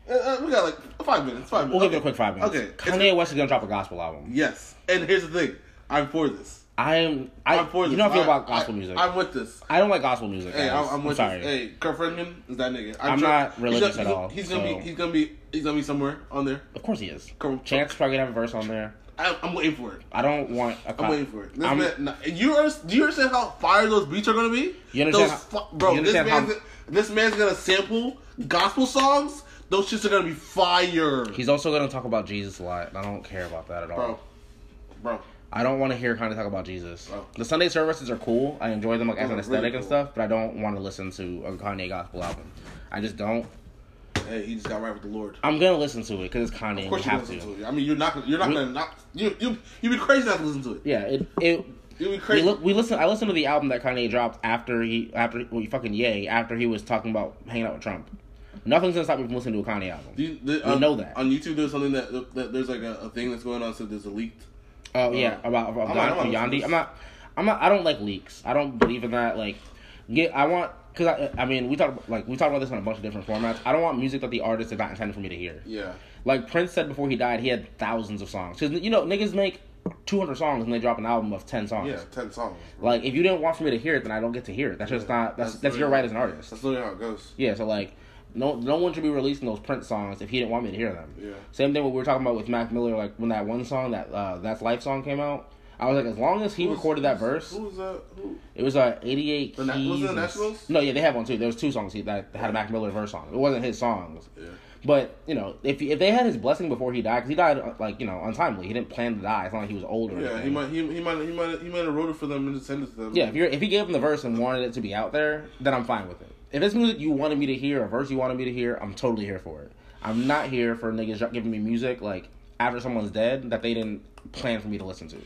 Speaker 2: uh, uh, we got like five minutes. Five minutes.
Speaker 1: We'll give it a quick five minutes.
Speaker 2: Okay.
Speaker 1: Kanye
Speaker 2: It's-
Speaker 1: West is gonna drop a gospel album.
Speaker 2: yes. And here's the thing. I'm for this.
Speaker 1: I am. I
Speaker 2: I'm for this.
Speaker 1: you know how I feel
Speaker 2: I-
Speaker 1: about gospel
Speaker 2: I-
Speaker 1: music.
Speaker 2: I'm with this.
Speaker 1: I don't like gospel music.
Speaker 2: Hey,
Speaker 1: guys.
Speaker 2: I'm, I'm with
Speaker 1: sorry.
Speaker 2: this. Hey, Kurt Franklin is that nigga.
Speaker 1: I'm
Speaker 2: sure-
Speaker 1: not
Speaker 2: he's
Speaker 1: religious at
Speaker 2: gonna- he's-
Speaker 1: all,
Speaker 2: He's gonna
Speaker 1: so-
Speaker 2: be. He's gonna be. He's gonna be somewhere on there.
Speaker 1: Of course he is.
Speaker 2: Come-
Speaker 1: Chance is probably gonna have a verse on there.
Speaker 2: I, I'm waiting for it.
Speaker 1: I don't want a
Speaker 2: I'm
Speaker 1: cop.
Speaker 2: waiting for it. This
Speaker 1: I'm-
Speaker 2: man, nah, you under- do you understand how fire those beats are gonna be?
Speaker 1: You understand
Speaker 2: Those
Speaker 1: how-
Speaker 2: fu- bro.
Speaker 1: you
Speaker 2: this
Speaker 1: understand how-
Speaker 2: man's this man's gonna sample gospel songs. Those shits are gonna be fire,
Speaker 1: He's also gonna talk about Jesus a lot. and I don't care about that at all.
Speaker 2: bro. Bro,
Speaker 1: I don't want to hear Kanye talk about Jesus.
Speaker 2: Bro.
Speaker 1: The Sunday services are cool. I enjoy them like as
Speaker 2: Those
Speaker 1: an
Speaker 2: are
Speaker 1: aesthetic
Speaker 2: really
Speaker 1: and
Speaker 2: cool.
Speaker 1: stuff, but I don't want to listen to a Kanye gospel album. I just don't.
Speaker 2: hey, he just got right with the Lord.
Speaker 1: I'm gonna listen to it because it's Kanye.
Speaker 2: Of course
Speaker 1: you
Speaker 2: you
Speaker 1: have
Speaker 2: listen
Speaker 1: to.
Speaker 2: to it. I mean, you're not gonna- you're not
Speaker 1: We-
Speaker 2: gonna not you you you'd be crazy not to listen to it.
Speaker 1: Yeah, it it.
Speaker 2: You'd be
Speaker 1: We,
Speaker 2: crazy.
Speaker 1: li- we listen. I listened to the album that Kanye dropped after he after well, fucking yay after he was talking about hanging out with Trump. Nothing's gonna stop me from listening to a Kanye album.
Speaker 2: Do you, the, um,
Speaker 1: We know that.
Speaker 2: on YouTube. There's something that, that there's like a, a thing that's going on. So there's a leaked.
Speaker 1: Oh yeah, about, about
Speaker 2: I'm not- I'm
Speaker 1: Yon-
Speaker 2: not listening
Speaker 1: Yandi.
Speaker 2: to
Speaker 1: I'm not. I'm not. I don't like leaks. I don't believe in that. Like, get. I want because I. I mean, we talked like we talked about this in a bunch of different formats. I don't want music that the artist is not intended for me to hear.
Speaker 2: Yeah,
Speaker 1: Like Prince said before he died, he had thousands of songs. Because you know niggas make 200 songs and they drop an album of 10 songs.
Speaker 2: yeah, ten songs.
Speaker 1: Like if you didn't want for me to hear it, then I don't get to hear it. That's just not. That's
Speaker 2: That's
Speaker 1: that's, your
Speaker 2: literally-
Speaker 1: right as an artist.
Speaker 2: That's literally how it goes.
Speaker 1: Yeah. So like. No, no one should be releasing those Prince songs if he didn't want me to hear them.
Speaker 2: Yeah.
Speaker 1: Same thing what we were talking about with Mac Miller, like when that one song that uh, that's Life song came out. I was like, as long as he
Speaker 2: Who was-
Speaker 1: recorded that
Speaker 2: who was-
Speaker 1: verse,
Speaker 2: Who was that? Who?
Speaker 1: it was uh, 88
Speaker 2: The Na- was it
Speaker 1: Keys
Speaker 2: the
Speaker 1: and-
Speaker 2: Nationals?
Speaker 1: No, yeah, they had one too. There was two songs he, that had a Mac Miller verse on. it. It wasn't his songs.
Speaker 2: Yeah.
Speaker 1: But, you know, if if they had his blessing before he died, because he died, uh, like, you know, untimely. He didn't plan to die. It's not like he was old or
Speaker 2: Yeah,
Speaker 1: anything.
Speaker 2: he might, he, he might, he might, he might have wrote it for them and just sent it to them.
Speaker 1: Yeah, if, you're, if he gave him the verse and wanted it to be out there, then I'm fine with it. If it's music you wanted me to hear, a verse you wanted me to hear, I'm totally here for it. I'm not here for niggas giving me music like after someone's dead that they didn't plan for me to listen to.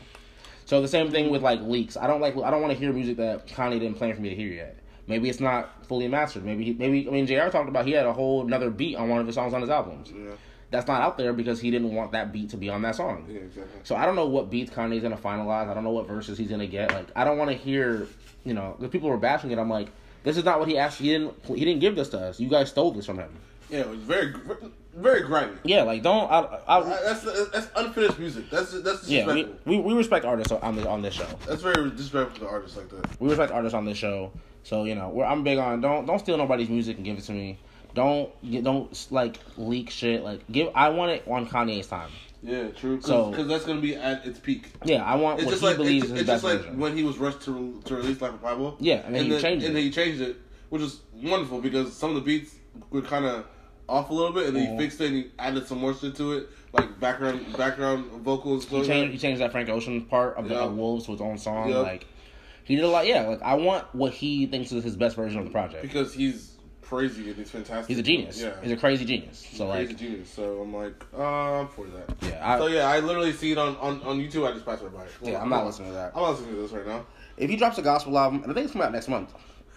Speaker 1: So the same thing with like leaks. I don't like. I don't want to hear music that Kanye didn't plan for me to hear yet. Maybe it's not fully mastered. Maybe he, maybe I mean Jr. talked about he had a whole another beat on one of his songs on his albums.
Speaker 2: Yeah.
Speaker 1: That's not out there because he didn't want that beat to be on that song.
Speaker 2: Yeah, exactly.
Speaker 1: So I don't know what beats Kanye's gonna finalize. I don't know what verses he's gonna get. Like I don't want to hear, you know, the people were bashing it. I'm like, this is not what he asked. He didn't. He didn't give this to us. You guys stole this from him.
Speaker 2: Yeah, it was very, gr- very grimy.
Speaker 1: Yeah, like don't. I. I
Speaker 2: That's that's unfinished music. That's that's disrespectful.
Speaker 1: yeah, we, we, we respect artists on this on this show.
Speaker 2: That's very disrespectful to artists like that.
Speaker 1: We respect artists on this show. So you know, where I'm big on don't don't steal nobody's music and give it to me. Don't you don't like leak shit. Like give. I want it on Kanye's time.
Speaker 2: Yeah, true. Cause,
Speaker 1: So-
Speaker 2: 'cause that's gonna be at its peak.
Speaker 1: Yeah, I want
Speaker 2: It's
Speaker 1: what
Speaker 2: just
Speaker 1: he
Speaker 2: like
Speaker 1: believes
Speaker 2: it's,
Speaker 1: is
Speaker 2: it's
Speaker 1: best
Speaker 2: just like
Speaker 1: version.
Speaker 2: when he was rushed to to release Life of Pablo.
Speaker 1: Yeah, and then he changed
Speaker 2: oh. and
Speaker 1: it.
Speaker 2: then he changed it, which is wonderful because some of the beats were kind of off a little bit, and then
Speaker 1: Mhm.
Speaker 2: he fixed it and he added some more shit to it, like background background vocals.
Speaker 1: He changed, he changed that Frank Ocean part of the
Speaker 2: Yeah.
Speaker 1: of Wolves to his own song.
Speaker 2: Yeah.
Speaker 1: Like he did a lot. Yeah, like I want what he thinks is his best version of the project.
Speaker 2: because he's crazy and he's fantastic.
Speaker 1: He's a genius.
Speaker 2: Yeah,
Speaker 1: He's a crazy genius. So
Speaker 2: crazy
Speaker 1: like,
Speaker 2: genius. So I'm like, uh, I'm for that.
Speaker 1: yeah, I,
Speaker 2: so yeah, I literally see it on, on, on YouTube. I just passed right by it.
Speaker 1: yeah, I'm not listening to that.
Speaker 2: I'm not listening to this right now.
Speaker 1: If he drops a gospel album, and I think it's coming out next
Speaker 2: *laughs*
Speaker 1: month.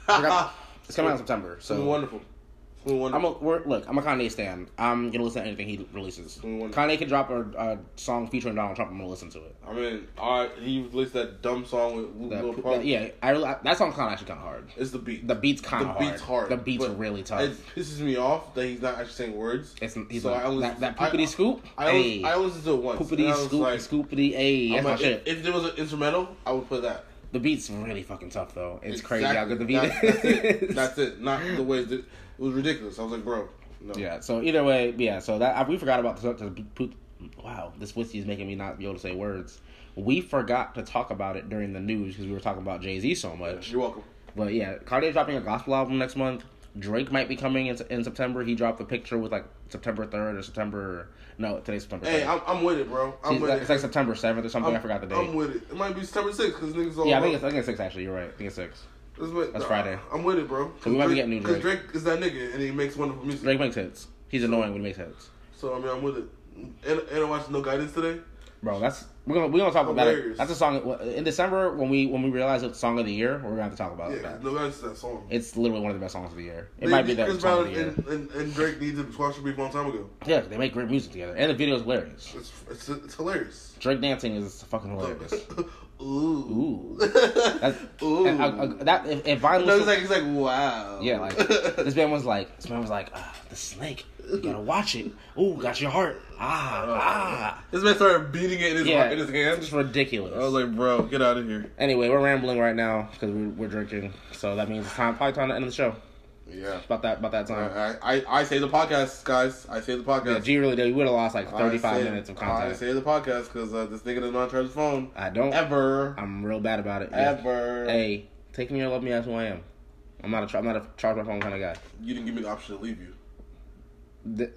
Speaker 1: I forgot- it's coming out in September.
Speaker 2: It's been
Speaker 1: So
Speaker 2: wonderful. It's been
Speaker 1: I'm
Speaker 2: wonderful.
Speaker 1: a we're, look. I'm a Kanye stan. I'm gonna listen to anything he releases.
Speaker 2: Mm,
Speaker 1: Kanye could drop a, a song featuring Donald Trump. I'm gonna listen to it.
Speaker 2: I mean, I, he released that dumb song with
Speaker 1: That-
Speaker 2: Lil Pump.
Speaker 1: that- yeah, I, really- that song's kind of actually kind of hard.
Speaker 2: It's the beat.
Speaker 1: The beat's kind of
Speaker 2: The
Speaker 1: hard.
Speaker 2: beat's hard,
Speaker 1: The beat's
Speaker 2: but
Speaker 1: really tough.
Speaker 2: it pisses me off that he's not actually saying words.
Speaker 1: It's, he's
Speaker 2: So
Speaker 1: like,
Speaker 2: I only-
Speaker 1: that, that
Speaker 2: I-
Speaker 1: poopity scoop.
Speaker 2: I only,
Speaker 1: Ayy.
Speaker 2: I only listened to it once. and I
Speaker 1: poopity
Speaker 2: was
Speaker 1: scoop
Speaker 2: like-
Speaker 1: scoopity. Ayy, that's
Speaker 2: I'm
Speaker 1: my
Speaker 2: like,
Speaker 1: shit.
Speaker 2: if, if there was an instrumental, I would play that.
Speaker 1: the beat's really fucking tough though. It's crazy how
Speaker 2: Exactly.
Speaker 1: good the beat
Speaker 2: That-
Speaker 1: is. *laughs*
Speaker 2: that's it. That's it. Not the way that, it was ridiculous. I was like, bro, no.
Speaker 1: Yeah. So either way, yeah. So that I, we forgot about the, the poop. Wow, this whiskey is making me not be able to say words. We forgot to talk about it during the news because we were talking about Jay Z so much.
Speaker 2: You're welcome.
Speaker 1: But yeah, Kanye dropping a gospel album next month. Drake might be coming in, in September. He dropped the picture with like September third or September. No, today's September.
Speaker 2: Hey,
Speaker 1: 3rd.
Speaker 2: I'm, I'm with it, bro. I'm
Speaker 1: it's,
Speaker 2: with
Speaker 1: like,
Speaker 2: it.
Speaker 1: it's like September seventh or something. i forgot the date.
Speaker 2: I'm with it. It might be September 6th because niggas all
Speaker 1: yeah, I
Speaker 2: about-
Speaker 1: think it's I think it's six actually. You're right. I think it's six.
Speaker 2: That's, what-
Speaker 1: That's
Speaker 2: nah,
Speaker 1: Friday.
Speaker 2: I'm with it, bro.
Speaker 1: So we might be getting new
Speaker 2: Because Drake is that nigga, and he makes wonderful music.
Speaker 1: Drake makes hits. He's annoying when he makes hits.
Speaker 2: So I mean, I'm with it. And, and I watched No Guidance today.
Speaker 1: Bro, that's we're gonna we're gonna talk about it.
Speaker 2: Hilarious.
Speaker 1: That's a song in December when we when we realize it's song of the year. We're gonna have to talk about
Speaker 2: Yeah,
Speaker 1: that.
Speaker 2: No Guidance is that song.
Speaker 1: It's literally one of the best songs of the year. It
Speaker 2: They
Speaker 1: might be
Speaker 2: need
Speaker 1: that
Speaker 2: Chris
Speaker 1: song of
Speaker 2: Brown
Speaker 1: the year.
Speaker 2: and, and, and Drake needs to squash the beef a long time ago.
Speaker 1: Yeah, they make great music together, and the video's hilarious.
Speaker 2: It's it's, it's hilarious.
Speaker 1: Drake dancing is fucking hilarious.
Speaker 2: *laughs*
Speaker 1: Ooh,
Speaker 2: Ooh. That's,
Speaker 1: that's,
Speaker 2: *laughs* Ooh.
Speaker 1: and I- I- that if, if Vine
Speaker 2: no,
Speaker 1: was
Speaker 2: he's like, he's like, wow.
Speaker 1: yeah,
Speaker 2: *laughs*
Speaker 1: like this man was like this man was like ah, the snake. You gotta watch it. Ooh, got your heart. Ah, ah.
Speaker 2: this man started beating it in his,
Speaker 1: Yeah,
Speaker 2: Uh, in his Oh,
Speaker 1: It's
Speaker 2: hand.
Speaker 1: ridiculous.
Speaker 2: I was like, bro, get out of here.
Speaker 1: anyway, we're rambling right now because we're, we're drinking, so that means it's time probably time to end the show.
Speaker 2: Yeah.
Speaker 1: About that about that time.
Speaker 2: I, I, I say the podcast, guys. I say the
Speaker 1: Yeah,
Speaker 2: podcast.
Speaker 1: G really did. We would have lost like
Speaker 2: I
Speaker 1: 35
Speaker 2: say-
Speaker 1: minutes of
Speaker 2: I
Speaker 1: content.
Speaker 2: say the podcast because uh, this nigga does not charge his phone.
Speaker 1: I, don't.
Speaker 2: Ever.
Speaker 1: I'm real bad about it. Yeah.
Speaker 2: Ever.
Speaker 1: Hey, take me or love me as who I am. I'm not a tra- I'm not a charge my phone kind of guy.
Speaker 2: You didn't give me the option to leave you.
Speaker 1: Did,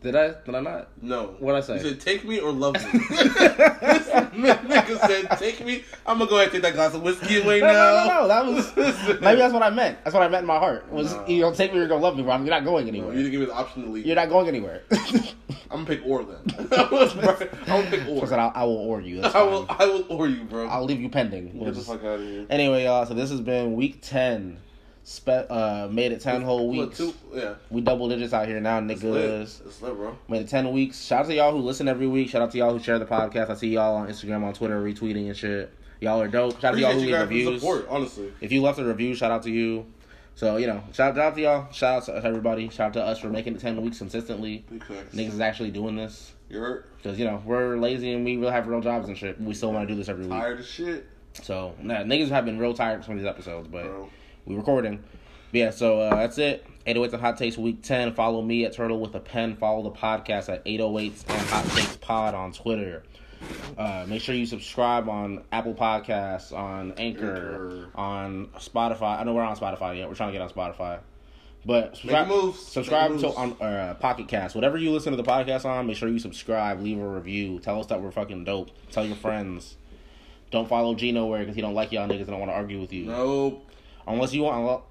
Speaker 1: did I? Did I not?
Speaker 2: No.
Speaker 1: What'd I say?
Speaker 2: You said, take me or love me.
Speaker 1: *laughs*
Speaker 2: this nigga said, take me. I'm going to go ahead and take that glass of whiskey away
Speaker 1: No,
Speaker 2: now.
Speaker 1: no, no, no. That
Speaker 2: *laughs*
Speaker 1: was maybe that's what I meant. That's what I meant in my heart. Was
Speaker 2: No.
Speaker 1: you don't take me or gonna love me, Rob? You're not going
Speaker 2: You
Speaker 1: anywhere.
Speaker 2: didn't give me the option to leave.
Speaker 1: You're not going
Speaker 2: *laughs*
Speaker 1: anywhere.
Speaker 2: I'm gonna pick or then. *laughs* I'm gonna pick
Speaker 1: I
Speaker 2: or.
Speaker 1: said I'll, I will or
Speaker 2: *laughs*
Speaker 1: you. That's
Speaker 2: I
Speaker 1: fine.
Speaker 2: will. I will or you, bro.
Speaker 1: I'll leave you pending. We'll
Speaker 2: Get the
Speaker 1: just-
Speaker 2: fuck out of here.
Speaker 1: Anyway, y'all. So this has been week ten. Spe- uh, made it ten whole
Speaker 2: What,
Speaker 1: weeks.
Speaker 2: two? Yeah.
Speaker 1: We double digits out here now,
Speaker 2: It's lit.
Speaker 1: niggas.
Speaker 2: It's lit, bro.
Speaker 1: Made it 10 weeks. Shout out to y'all who listen every week. Shout out to y'all who share the podcast. I see y'all on Instagram, on Twitter, retweeting and shit. Y'all are dope. Shout out to y'all
Speaker 2: Appreciate
Speaker 1: who
Speaker 2: you
Speaker 1: leave
Speaker 2: guys for the
Speaker 1: reviews.
Speaker 2: support, honestly.
Speaker 1: If you left a review, shout out to you. So, you know, shout shout out to y'all. Shout out to everybody. Shout out to us for making it 10 weeks consistently. Niggas
Speaker 2: Because
Speaker 1: is actually doing this.
Speaker 2: you're
Speaker 1: Because, you know, we're lazy and we really have real jobs and shit. We still want to do this every week.
Speaker 2: tired as shit,
Speaker 1: So, nah, niggas have been real tired from these episodes, but
Speaker 2: bro.
Speaker 1: we recording. But yeah, so uh, that's it. 808s and Hot Takes Week 10. Follow me at Turtle with a Pen. Follow the podcast at 808s and Hot Takes Pod on Twitter. Uh, make sure you subscribe on Apple Podcasts, on Anchor,
Speaker 2: Anchor.
Speaker 1: on Spotify. I know we're not on Spotify yet. We're trying to get on Spotify. But subscribe,
Speaker 2: moves.
Speaker 1: subscribe
Speaker 2: Make
Speaker 1: to
Speaker 2: moves.
Speaker 1: on uh, Pocket Cast. Whatever you listen to the podcast on, make sure you subscribe, leave a review, tell us that we're fucking dope. Tell your friends. Don't follow G nowhere because he don't like y'all niggas and don't want to argue with you.
Speaker 2: No,
Speaker 1: Unless you want,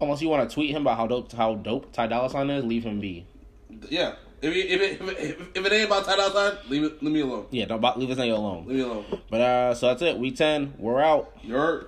Speaker 1: unless you want to tweet him about how dope how dope Ty Dolla Sign is, leave him be.
Speaker 2: yeah. If, you, if, it, if, it, if it ain't about time outside, leave it. Leave me alone.
Speaker 1: Yeah, don't bo- leave this nigga alone.
Speaker 2: Leave me alone.
Speaker 1: But uh, so that's it. Week ten, we're out.
Speaker 2: You're.